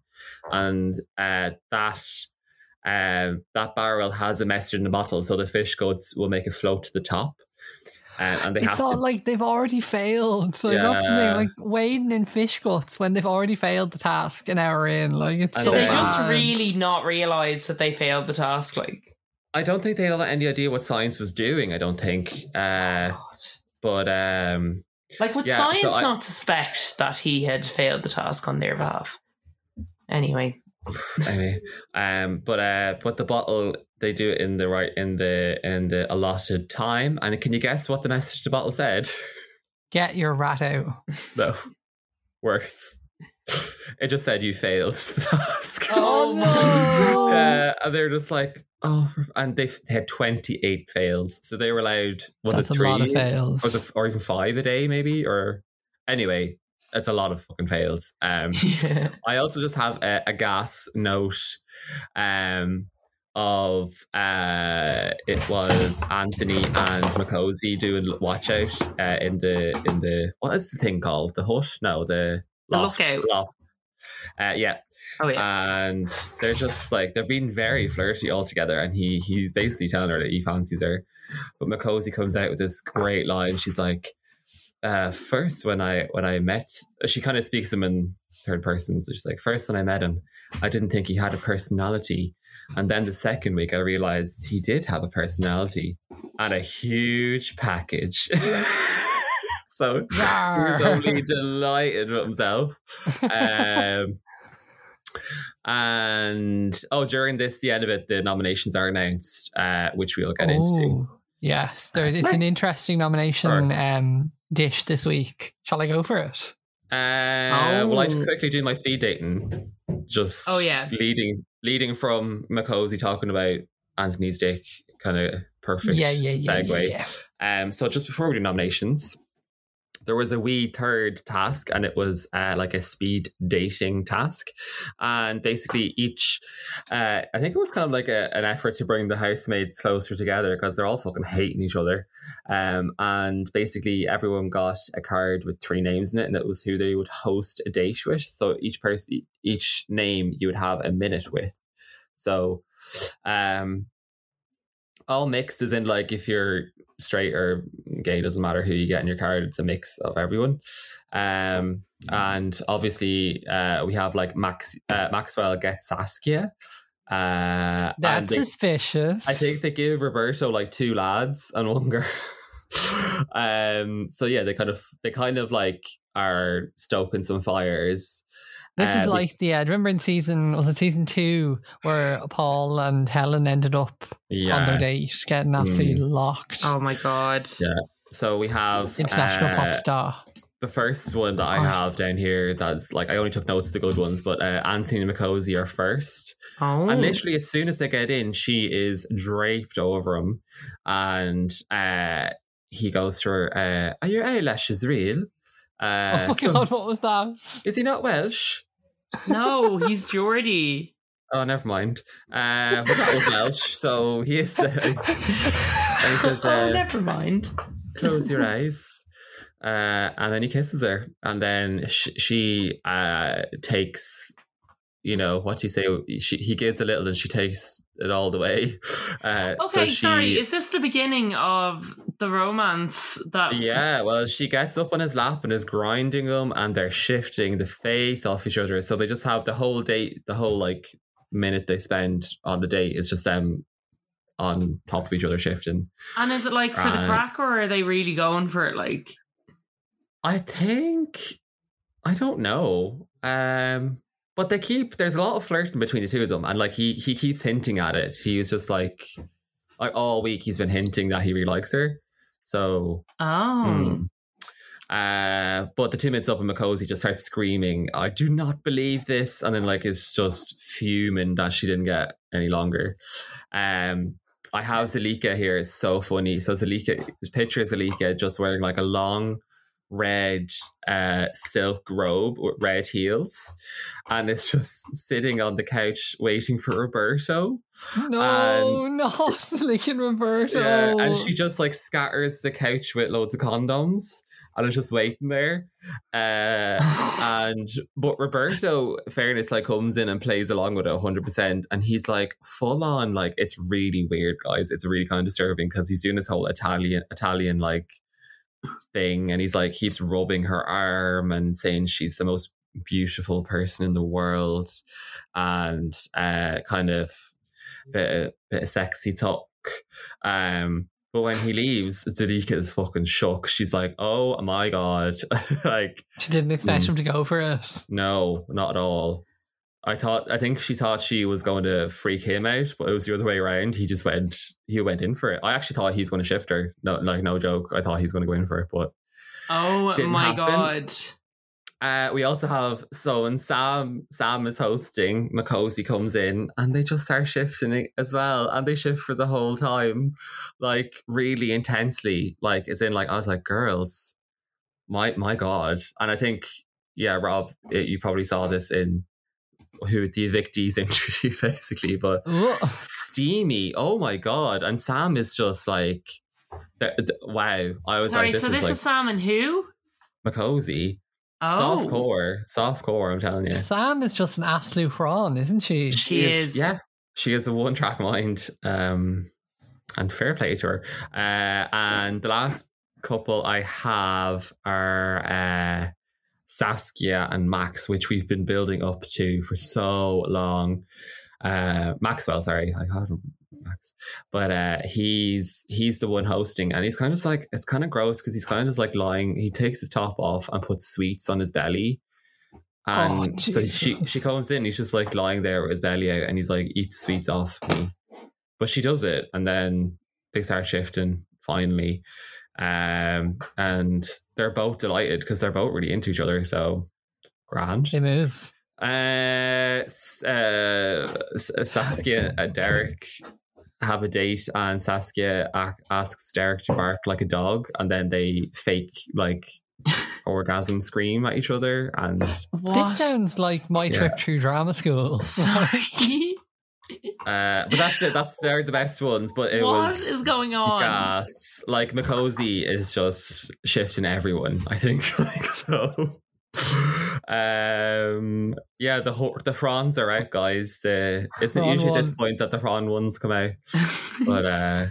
and uh, that um, that barrel has a message in the bottle, so the fish guts will make it float to the top, uh, and they It's have all to. like they've already failed. So yeah. often they're Yeah. like wading in fish guts when they've already failed the task an hour in. Like it's And so so they then- just bad. really not realise that they failed the task. Like, I don't think they had any idea what science was doing. I don't think, uh, God. but um, like would yeah, so science I- not suspect that he had failed the task on their behalf? Anyway, anyway, um, but uh, but the bottle they do it in the right in the in the allotted time. And can you guess what the message the bottle said? get your rat out. no, worse. It just said you failed the task. Oh, no. Yeah, and they're just like, oh, for- and they, f- they had twenty eight fails, so they were allowed was That's it three a lot of fails. Was it, or even five a day maybe or anyway, it's a lot of fucking fails. Um, yeah. I also just have a, a gas note um, of uh, it was Anthony and Macozy doing l- watch out uh, in the in the what is the thing called the hut? No, the The loft. lookout. loft. Uh, yeah, Oh yeah. and they're just like they're being very flirty altogether, and he he's basically telling her that he fancies her, but Macozy comes out with this great line. She's like, uh, first when I when I met, she kind of speaks him in third person. So she's like, first when I met him, I didn't think he had a personality, and then the second week I realized he did have a personality and a huge package. so he was only delighted with himself. Um, and oh, during this, the end of it, the nominations are announced, uh, which we'll get into. Ooh, Yes, there, it's an interesting nomination Sure. um, dish this week. Shall I go for it? Uh, Well, I just Oh. quickly do my speed dating. just Oh, yeah. leading leading from Macozy talking about Anthony's dick, kind of perfect Yeah, yeah, yeah, yeah, segue. yeah. Um, so just before we do nominations, there was a wee third task, and it was uh, like a speed dating task, and basically each, uh, I think it was kind of like a, an effort to bring the housemaids closer together because they're all fucking hating each other, um, and basically everyone got a card with three names in it, and it was who they would host a date with. So each person, each name, you would have a minute with. So, um, all mixed is in like if you're straight or gay doesn't matter who you get in your card it's a mix of everyone um and obviously uh we have like max uh, maxwell gets saskia uh and That's they- suspicious. i think they give roberto like two lads and one girl um so yeah they kind of they kind of like are stoking some fires this is uh, like the. Uh, remember in season was it season two where Paul and Helen ended up on their date getting absolutely Mm. locked. Oh my god. Yeah. so we have International uh, pop star. The first one that I Oh. have down here that's like I only took notes of the good ones, but uh, Anthony and Macozy are first. Oh. And literally, as soon as they get in, she is draped over him, and uh, he goes to her, uh, "Are your eyelashes real? oh Uh, my god, what was that? is he not Welsh? no, he's Geordie. Oh, never mind. Uh, but that was Welsh, so he is. Uh, he says, oh, uh, never mind. close your eyes. Uh, and then he kisses her, and then sh- she uh, takes, you know, what do you say? She, he gives a little, and she takes it all the way. Uh, so Okay, she- sorry. Is this the beginning of the romance that? Yeah, well, she gets up on his lap and is grinding him, and they're shifting the face off each other. So they just have the whole date, the whole like minute they spend on the date is just them on top of each other shifting. And is it like for the Right. crack, or are they really going for it? Like, I think I don't know. Um but they keep there's a lot of flirting between the two of them and like he he keeps hinting at it. He was just like like all week he's been hinting that he really likes her. So oh, hmm. uh but the two minutes up and Macozy just starts screaming, I do not believe this and then like is just fuming that she didn't get any longer. Um I have Zalika here. It's so funny. So Zalika, this picture of Zalika just wearing like a long red uh, silk robe with red heels, and it's just sitting on the couch waiting for Roberto. No, no, Slick and Roberto. Yeah, and she just like scatters the couch with loads of condoms, and it's just waiting there. Uh, Oh and but Roberto, fairness, like comes in and plays along with it 100, percent and he's like full on, like it's really weird, guys. It's really kind of disturbing because he's doing this whole Italian, Italian like thing, and he's like keeps rubbing her arm and saying she's the most beautiful person in the world, and uh, kind of bit of, bit of sexy talk. Um, but when he leaves, Zalika is fucking shook. She's like, "Oh my god!" like She didn't expect Mm. him to go for it. no, not at all. I thought I think she thought she was going to freak him out, but it was the other way around. He just went he went in for it. I actually thought he's going to shift her. No, like no joke. I thought he's going to go in for it, but oh Uh, Didn't my happen. god. uh, we also have so and Sam. Sam is hosting. Makosi comes in, and they just start shifting it as well, and they shift for the whole time, like really intensely. Like it's in like I was like, girls, my my god. And I think yeah, Rob, it, you probably saw this in who the evictees interview basically, but Oh, steamy. Oh my god! And Sam is just like, th- th- wow. I was Sorry. like, this so is this like is Sam and who? Makosi. Oh, Soft core, soft core. I'm telling you, Sam is just an absolute prawn, isn't she? She is. Yeah, she is a one track mind. Um, and fair play to her. Uh, and the last couple I have are uh, Saskia and Max, which we've been building up to for so long. Uh, Maxwell, sorry, I got him. Max, but uh, he's he's the one hosting, and he's kind of just like it's kind of gross because he's kind of just like lying. He takes his top off and puts sweets on his belly, and Oh, so she she Jesus. comes in. He's just like lying there with his belly out, and he's like, "Eat the sweets off me," but she does it, and then they start shifting finally, um, and they're both delighted because they're both really into each other. So grand. They move. Uh, S- uh, S- Saskia and Derek have a date, and Saskia a- asks Derek to bark like a dog, and then they fake like orgasm scream at each other. And What? This sounds like my Yeah. trip through drama school. Sorry. uh, but that's it. That's they're the best ones. But it what was is going on? gas. Like Makosi is just shifting everyone. I think like so. Um. Yeah. The ho- the prawns are out, guys. Uh, it's Prawn usually at this one. point that the prawn ones come out. But uh,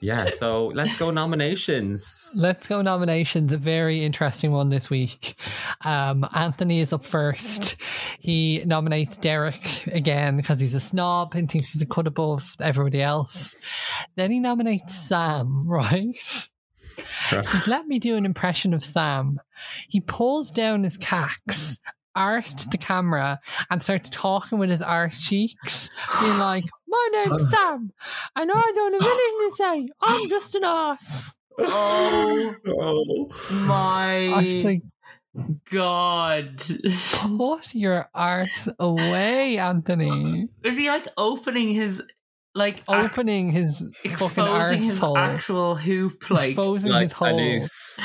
yeah. So let's go nominations. Let's go nominations. A very interesting one this week. Um, Anthony is up first. He nominates Derek again because he's a snob and thinks he's a cut above everybody else. Then he nominates Sam, right? Right. Says, Let me do an impression of Sam. He pulls down his cacks, arsed the camera, and starts talking with his arse cheeks, being like, My name's Sam, and I don't have anything to say. I'm just an arse. Oh. Oh. My I was like, God. Is put your arse away, Anthony. he like opening his like ac- Opening his, fucking Ah, exposing his arsehole. actual hoop like exposing Like his hole. Anoush.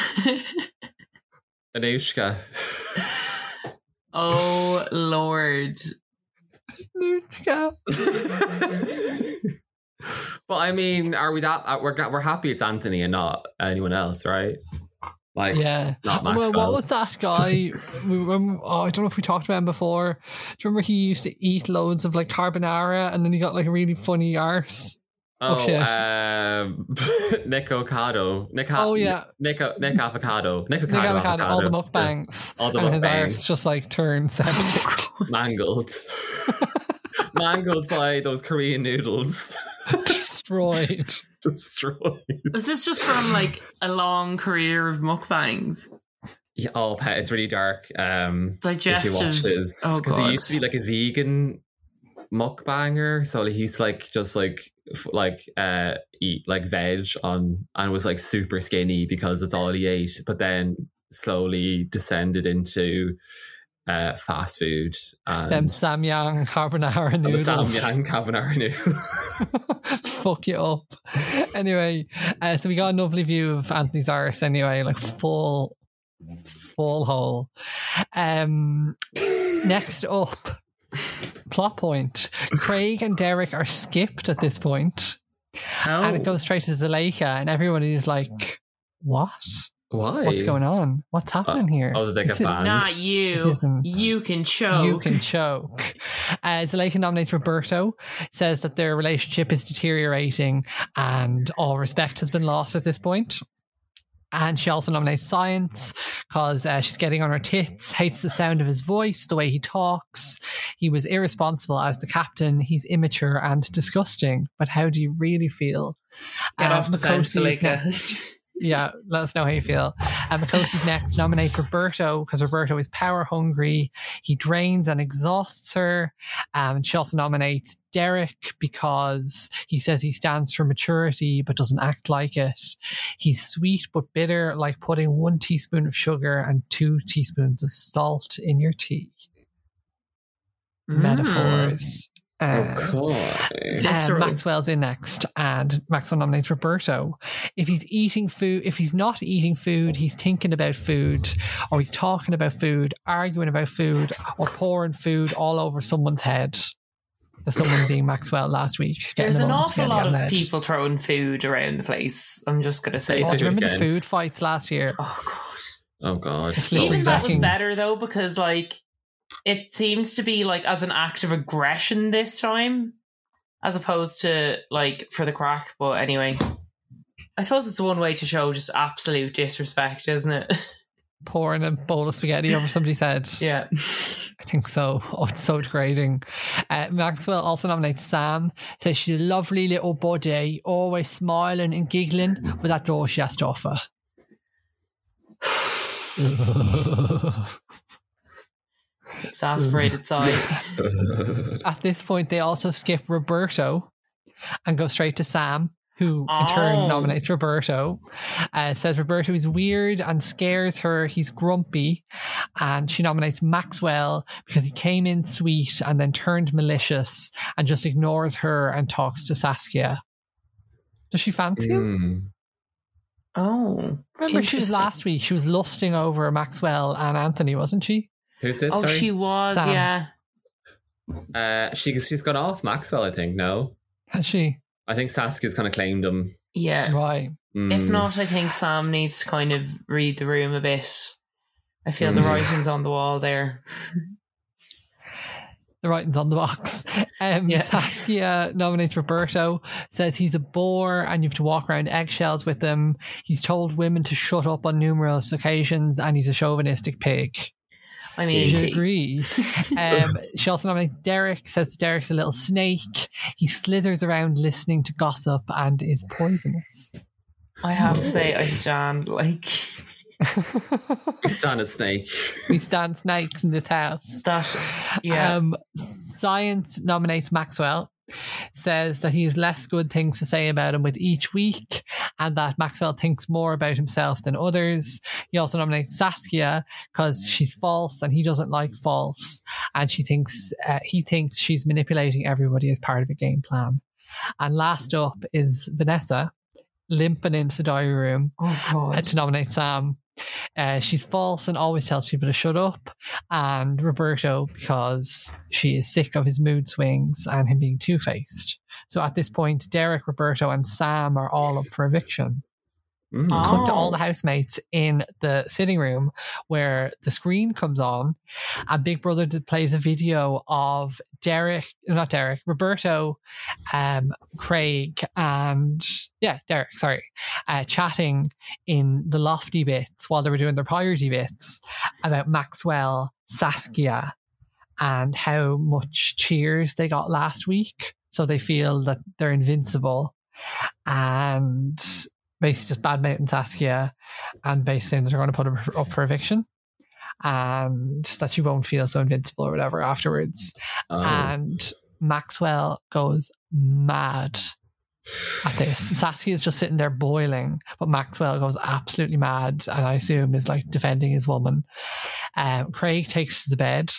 Anoushka. Oh Lord. Lutka. but I mean, are we that uh, we're we're happy it's Anthony and not anyone else, right? Like, Yeah. not Well, Maxwell. what was that guy? we remember, oh, I don't know if we talked about him before. Do you remember he used to eat loads of like carbonara and then he got like a really funny arse? Oh, Oh, shit. um, Nick Ocado. Nick, ha- Oh, yeah. Nick, O- Nick Avocado. Nick Ocado. Nick avocado, all the Avocado. mukbangs. All the and his mukbangs. arse just like turned septic. Mangled. Mangled by those Korean noodles. Destroyed. Destroyed. Is this just from like a long career of mukbangs? Yeah, oh, Pat, it's really dark. Um, if you Digestive. watch this. Oh Because he god. used to be like a vegan mukbanger. So like, he used to like just like f- like uh eat like veg on and was like super skinny because that's all he ate. But then slowly descended into uh fast food and Them Samyang carbonara and the noodles. Samyang carbonara noodles. Fuck you up. Anyway, uh, so we got a lovely view of Anthony's iris anyway, like full, full hole. Um, next up, plot point. Craig and Derek are skipped at this point, and it Oh. goes straight to Zuleika, and everyone is like, "What? Why? What's going on? What's happening here? Oh, did they get This is- banned? Not This you. isn't- You can choke. you can choke. Uh, Zuleika nominates Roberto, says that their relationship is deteriorating and all respect has been lost at this point. And she also nominates Science because uh, she's getting on her tits, hates the sound of his voice, the way he talks. He was irresponsible as the captain. He's immature and disgusting. But how do you really feel? Get Um, off the fence, Makosi is Zuleika. next. Yeah, let us know how you feel. Um, And Makosi's next nominates Roberto because Roberto is power hungry. He drains and exhausts her. Um, she also nominates Derek because he says he stands for maturity but doesn't act like it. He's sweet but bitter, like putting one teaspoon of sugar and two teaspoons of salt in your tea. Mm. Metaphors. Oh, Uh, Okay. um, Visceral. Maxwell's in next, and Maxwell nominates Roberto. If he's eating food, if he's not eating food, he's thinking about food, or he's talking about food, arguing about food, or pouring food all over someone's head. The someone being Maxwell last week. getting There's them an all awful smelly lot on of the head. people throwing food around the place. I'm just gonna say Oh, do that. you remember the Again. food fights last year? Oh god. Oh god. It's So leaving Even that was Stacking. better though, because like it seems to be like as an act of aggression this time, as opposed to like for the crack. But anyway, I suppose it's one way to show just absolute disrespect, isn't it? Pouring a bowl of spaghetti over somebody's head. yeah. I think so. Oh, it's so degrading. Uh, Maxwell also nominates Sam. Says she's a lovely little body, always smiling and giggling, but that's all she has to offer. Exasperated sigh. At this point, they also skip Roberto and go straight to Sam, who in turn Oh. nominates Roberto, uh, says Roberto is weird and scares her. He's grumpy. And she nominates Maxwell because he came in sweet and then turned malicious and just ignores her and talks to Saskia. Does she fancy him? Mm. Oh. Remember, she was Interesting. last week. She was lusting over Maxwell and Anthony, wasn't she? Who's this? Oh, Sorry. she was, Sam. yeah. Uh, she she's gone off Maxwell. I think no. Has she? I think Saskia's kind of claimed him. Yeah. Right. Mm. Hmm. If not, I think Sam needs to kind of read the room a bit. I feel the Hmm. Mm. writing's on the wall there. The writing's on the box. Um, Yeah. Saskia nominates Roberto, says he's a bore and you have to walk around eggshells with him. He's told women to shut up on numerous occasions and he's a chauvinistic pig. I Do mean, you t- agree? Um, she also nominates Derek, says Derek's a little snake. He slithers around listening to gossip and is poisonous. I have to say, I stand like We stand a snake. we stand snakes in this house. that. Yeah. Um, science nominates Maxwell, says that he has less good things to say about him with each week, and that Maxwell thinks more about himself than others. He also nominates Saskia because she's false and he doesn't like false, and she thinks uh, he thinks she's manipulating everybody as part of a game plan. And last up is Vanessa, limping into the diary room oh uh, god. to nominate Sam. Uh, she's false and always tells people to shut up. And Roberto, because she is sick of his mood swings and him being two faced. So at this point, Derek, Roberto, and Sam are all up for eviction. Mm. Oh. Clumped to all the housemates in the sitting room where the screen comes on, and Big Brother d- plays a video of Derek, not Derek, Roberto, um, Craig, and yeah, Derek, sorry, uh, chatting in the lofty bits while they were doing their priority bits about Maxwell, Saskia, and how much cheers they got last week. So they feel that they're invincible. And basically just badmouthing Saskia and basically saying that they're going to put her up for eviction and that she won't feel so invincible or whatever afterwards. Oh. And Maxwell goes mad at this. Saskia is just sitting there boiling, but Maxwell goes absolutely mad, and I assume is like defending his woman. Um, Craig takes to the bed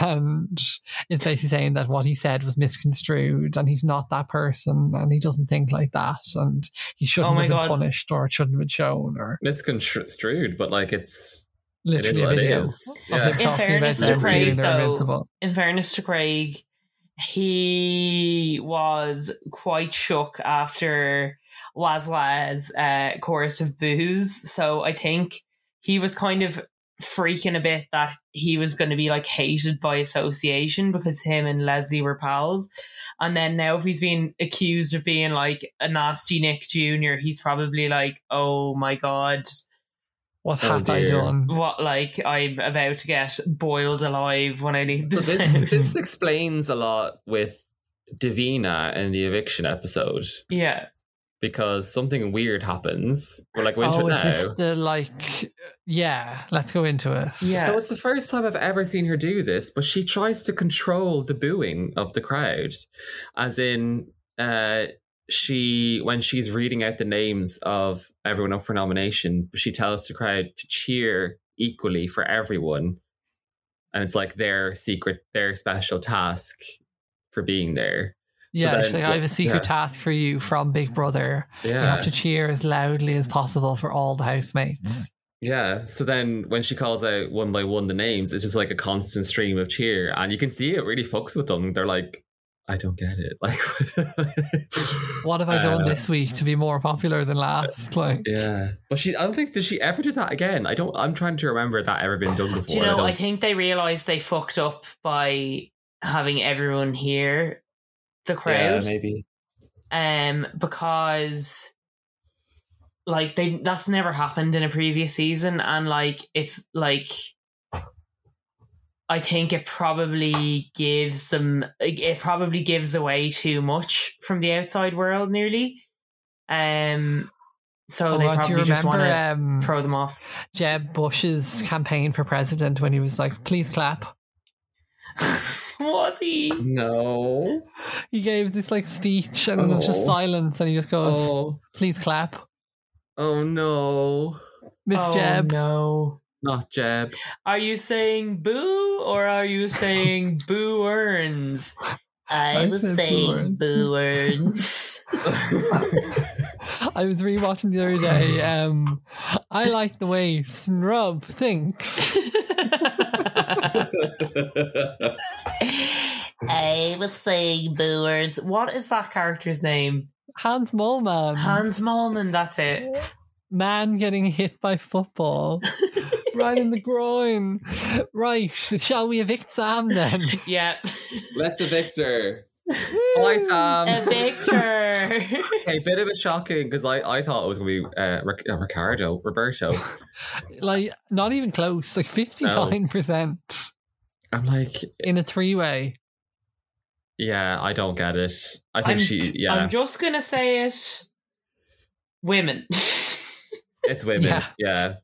and is basically saying that what he said was misconstrued, and he's not that person, and he doesn't think like that, and he shouldn't Oh my have been God. punished, or it shouldn't have been shown, or misconstrued, but like it's it is literally a what it video of is. them Yeah. In talking about fairness to them Craig, feeling they're though, invincible. In fairness to Craig, he was quite shook after Wasla's uh, chorus of boos. So I think he was kind of freaking a bit that he was going to be like hated by association because him and Leslie were pals. And then now if he's been accused of being like a nasty Nick Jr., he's probably like, oh my God, What Oh had I dear. done? what like I'm about to get boiled alive when I leave So this, this house. this explains a lot with Davina in the eviction episode yeah. because something weird happens. We're like we're into oh, it is now. this the like? Yeah, let's go into it. Yeah. So it's the first time I've ever seen her do this, but she tries to control the booing of the crowd, as in, uh, she when she's reading out the names of everyone up for nomination, she tells the crowd to cheer equally for everyone, and it's like their secret, their special task for being there. Yeah, then- it's like, I have a secret yeah. task for you from Big Brother. Yeah, You have to cheer as loudly as possible for all the housemates. Mm. Yeah. So then when she calls out one by one the names, it's just like a constant stream of cheer. And you can see it really fucks with them. They're like, I don't get it. Like, What have I done Uh, this week to be more popular than last? Like, Yeah. But she, I don't think, did she ever do that again? I don't, I'm trying to remember that ever been done before. Do you and know, I don't- think they realized they fucked up by having everyone hear the crowd. Yeah, maybe. um because like they that's never happened in a previous season and like it's like I think it probably gives them like, it probably gives away too much from the outside world nearly. Um so oh, they God, do you probably just want remember to um, throw them off. Jeb Bush's campaign for president when he was like, please clap? Was he? No. He gave this like speech and then there was just Oh. silence and he just goes, Oh. please clap. Oh no. Miss oh, Jeb. No. Not Jeb. Are you saying boo or are you saying boo earns? I, I was said saying boo earns. I was rewatching the other day. Um, I like the way Snrub thinks. I was saying boo earns. What is that character's name? Hans Molman, Hans Molman, that's it. man getting hit by football right in the groin. Right, shall we evict Sam then? Yeah. Let's evict her. Hi, Sam. A picture. Okay, bit of a shocking because I, I thought it was going to be uh, Ric- uh, Ricardo, Roberto. Like, not even close. Like fifty nine percent I'm like, in a three way. yeah, I don't get it. I think I'm- she, yeah, I'm just gonna say it. Women. it's women. Yeah. Yeah.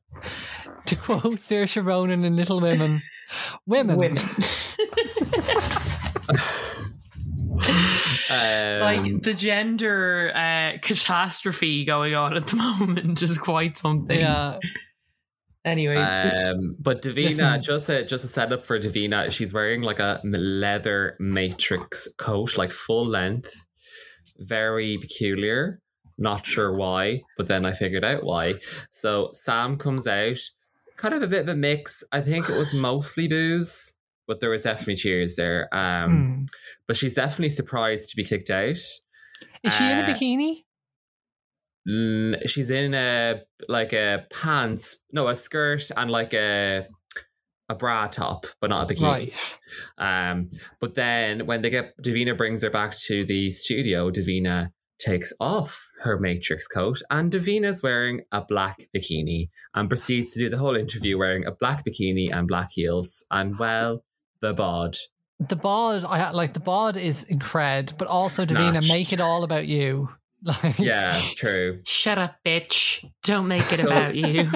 To quote Saoirse Ronan in Little Women, women. Um, like the gender uh, catastrophe going on at the moment is quite something. Yeah, Anyway, um, but Davina, Listen. just a just a setup for Davina. She's wearing like a m- leather matrix coat, like full length, very peculiar. Not sure why, but then I figured out why. So Sam comes out, kind of a bit of a mix. I think it was mostly booze, but there was definitely cheers there. Um, Hmm. But she's definitely surprised to be kicked out. is she in a uh, bikini? Mm, she's in a like a pants, no, a skirt and like a a bra top, but not a bikini. Right. Um, but then when they get Davina brings her back to the studio, Davina takes off her matrix coat and Davina's wearing a black bikini and proceeds to do the whole interview wearing a black bikini and black heels and well, the bod. The bod, I like the bod is incred, but also Davina, Snatched. make it all about you. Like, Yeah, true. shut up, bitch! Don't make it So- about you.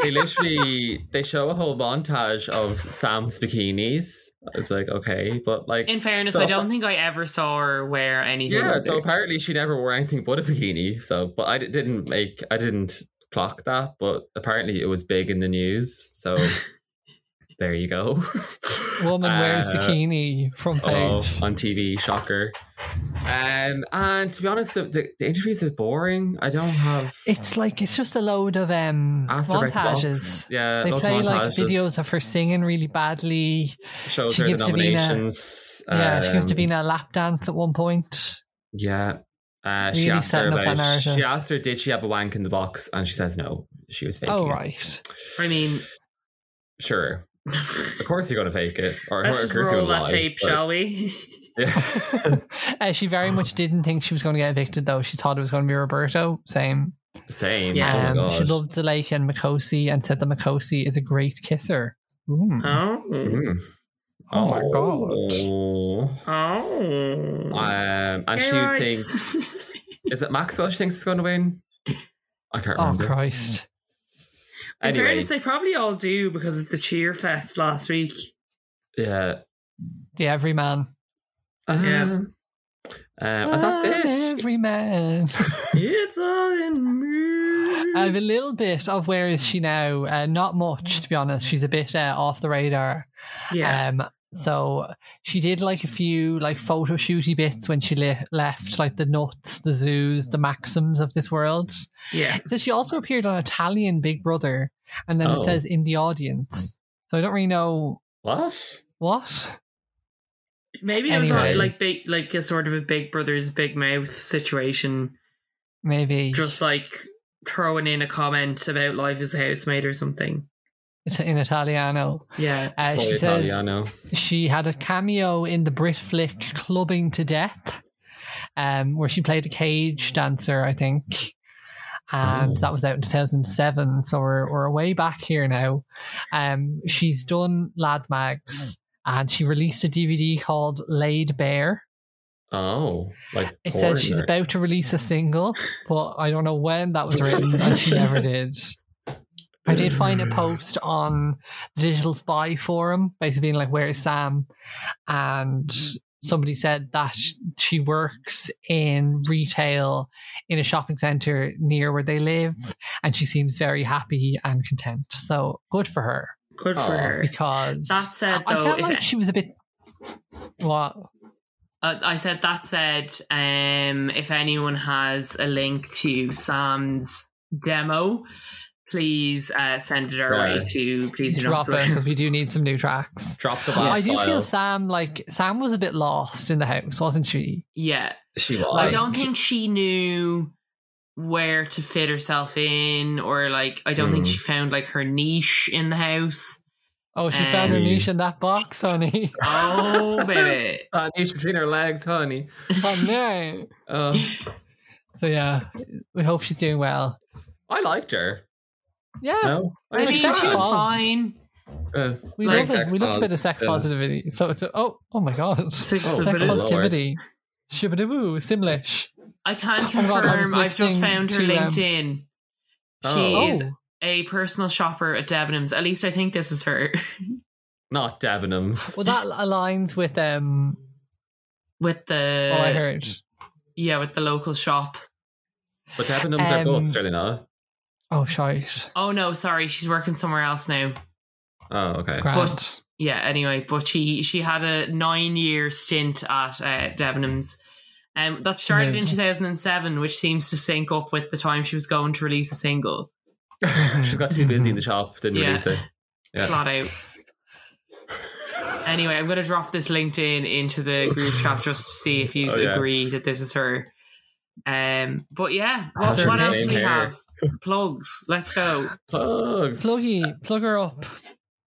They literally they show a whole montage of Sam's bikinis. I was like, okay, but like In fairness, So- I don't think I ever saw her wear anything. Yeah, other. so apparently she never wore anything but a bikini. So, but I di- didn't make, I didn't clock that, but apparently it was big in the news. So, there you go. Woman wears Uh, bikini front Oh, page. on TV, shocker. Um, and to be honest, the, the, the interviews are boring. I don't have. It's like it's just a load of um, Ask the Red montages. Box. oh, Yeah, They lots play of like montages. videos of her singing really badly. Shows she her the gives Davina- nominations. yeah, she gives um, Davina a lap dance at one point. Yeah. Uh, she Really asked her setting up that about. She narrative. asked her, did she have a wank in the box? And she says no. She was faking. oh it. right, I mean, Sure. Of course you're gonna fake it. Or let's of just course you're roll gonna that lie, tape, but- shall we? Yeah. uh, she very much didn't think she was going to get evicted though. She thought it was going to be Roberto. Same. Same. Yeah. oh my Um, god. she loved the lake and Mikosi and said that Mikosi is a great kisser. Mm. Oh, Mm. Oh my oh. Um, and she thinks thinks. is it Maxwell she thinks is gonna win? I can't Oh remember. Christ! In Anyway, fairness, they probably all do because of the cheer fest last week. yeah. The everyman. Yeah. Um, um, and that's I'm it. Everyman. it's all in me. I have a little bit of where is she now? Uh, not much, to be honest. She's a bit uh, off the radar. yeah. Um, so she did like a few like photo shooty bits when she le- left, like the nuts, the zoos, the maxims of this world. yeah. It says she also appeared on Italian Big Brother, and then it Oh. says in the audience. So I don't really know What? what. Maybe it was Anyway. not like big, like a sort of a Big Brother's Big Mouth situation, Maybe just like throwing in a comment about life as a housemaid or something. it- in Italiano. Yeah. Uh, Soy she says Italiano. she had a cameo in the Brit flick Clubbing to Death, um, where she played a cage dancer, I think. And Oh. that was out in 2007. So we're, we're way back here now. Um, she's done Lads Mags and she released a DVD called Laid Bare. Oh, like It porn says she's or- about to release a single, but I don't know when that was written and she never did. I did find a post on the Digital Spy forum, basically being like, "Where is Sam?" And somebody said that sh- she works in retail in a shopping center near where they live, and she seems very happy and content. So good for her Good for Aw. her. because That said, I though, felt if like she was a bit. What? Uh, I said that said, um, if anyone has a link to Sam's demo, please uh, send it our way Yeah. to please do not drop it swear. because we do need some new tracks. Drop the I bomb. do file. feel Sam like Sam was a bit lost in the house, wasn't she? Yeah, she was. I Like- don't think she knew where to fit herself in, or like I don't think Hmm. she found like her niche in the house. Oh, she found her Um, niche in that box, honey. Oh baby, That niche between her legs, honey. oh, no. Uh, So yeah, we hope she's doing well. I liked her. Yeah, No, I mean Like she sex was dolls. fine. Uh, we Like love it. sex We love a bit of pos- sex uh, positivity. So so oh oh my god, sex Six Oh, of Sex it. dolls. positivity. Shibadoo, Simlish. I can Oh my God, I was confirm. I've just listening found her to, um, LinkedIn. She Oh. is Oh, a personal shopper at Debenhams. At least I think this is her not Debenhams. well, that aligns with um. with the what Oh, I heard. yeah with the local shop. But Debenhams are Um, both, are they not? Oh, shite. Oh no, sorry, she's working somewhere else now. Oh, okay. Grant. Yeah, anyway, but she she had a nine year stint at uh, Debenhams. Um, that She started in moved. 2007, which seems to sync up with the time she was going to release a single. She's got too busy in the shop, didn't Yeah. release it. Yeah. Flat out. Anyway, I'm going to drop this LinkedIn into the group chat just to see if you Oh, yeah. agree that this is her. Um, but yeah, Oh, what, they're what the else same do we hair. have? Plugs. Let's go. Plugs. Pluggy, plug her up.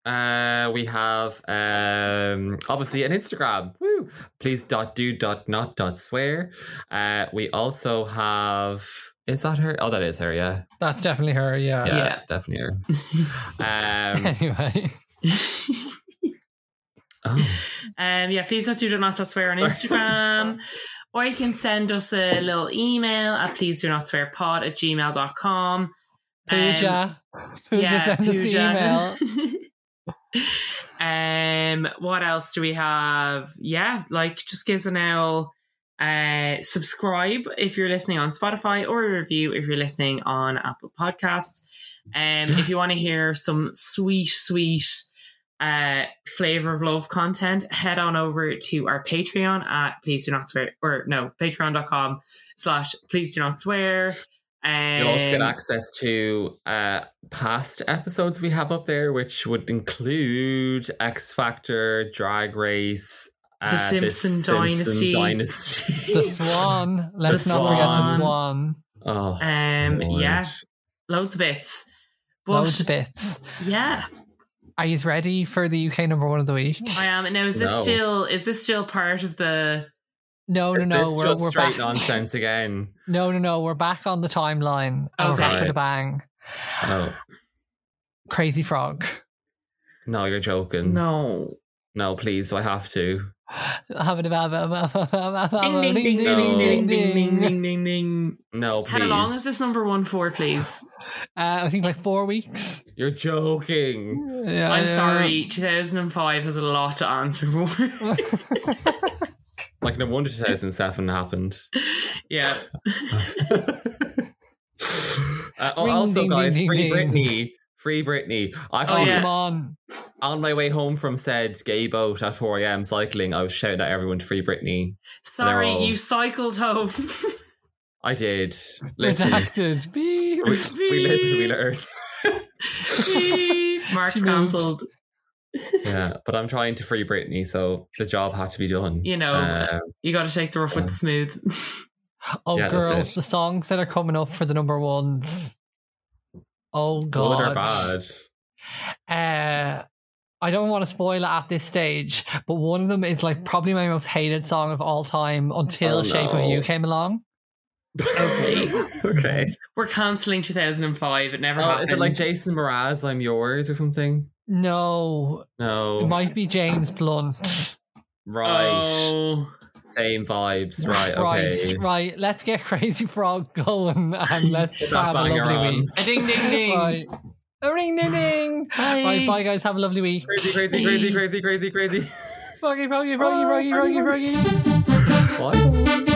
Uh, we have um obviously an Instagram. Woo! Please dot do dot not dot swear. Uh, we also have is that her? Oh, that is her. Yeah, That's definitely her. Yeah. yeah, Yeah. definitely her. Um, Anyway, oh, Um, yeah, please don't do not swear on Sorry. Instagram. or you can send us a little email at please do not swear pod at gmail.com. Um, Pooja. Pooja yeah, sent us the email. Pooja. um, what else do we have? Yeah, like just give us an L. Uh, subscribe if you're listening on Spotify or a review if you're listening on Apple Podcasts. Um, if you want to hear some sweet, sweet uh flavor of love content, head on over to our Patreon at please do not swear or no, patreon.com slash please do not swear. Um, you also get access to uh past episodes we have up there, which would include X Factor, Drag Race, uh, Simpson Dynasty. Dynasty. The Swan. Let's not forget the Swan. Swan. Oh, Um, Lord. yeah, loads of bits. But Loads of bits. yeah, Are you ready for the UK number one of the week? I am. Now, is this No. still is this still part of the? No, Oh, no, Is no. this We're, just we're straight back. nonsense again. No, no, no. We're back on the timeline. And We're back Okay. with a bang. Oh. Crazy Frog. No, you're joking. No, No, please, do I have to? ding ding ding ding ding, ding ding, ding ding ding ding. No, please. How long is this number one for, please? Uh, I think like four weeks. You're joking. Yeah, yeah. I'm sorry, 2005 is a lot to answer for. Oh, Like, no wonder 2007 happened. yeah, Uh, oh, Ring, also, ding, guys, ding, free ding, Britney. ding. Free Britney. Oh, Actually, yeah. come on. on my way home from said gay boat at 4 a.m. cycling, I was shouting at everyone to free Britney. sorry, all- you cycled home. I did. Listen, Redacted. Beep. we, we lived, we learned. Mark's She moves. cancelled. Yeah, but I'm trying to free Britney, so the job had to be done. You know, Uh, You got to take the rough with the smooth. Oh, Yeah, that's girls, it. the songs that are coming up for the number ones. Oh, good or God. bad. Uh, I don't want to spoil it at this stage, but one of them is like probably my most hated song of all time until Oh, Shape of no. You came along. Okay. okay. We're cancelling 2005. It never Oh, happened. is it like Jason Mraz, I'm yours or something? No, it No. might be James Blunt. right. Oh. Same vibes. Right. Christ, Okay. right. Let's get Crazy Frog going and let's Get that have a banger lovely on. week. A ding ding ding. Right. A ring ding ding. Bye. Right, bye guys. Have a lovely week. Crazy, crazy, crazy, crazy, crazy, crazy. Froggy, froggy, froggy, froggy, froggy, froggy. What?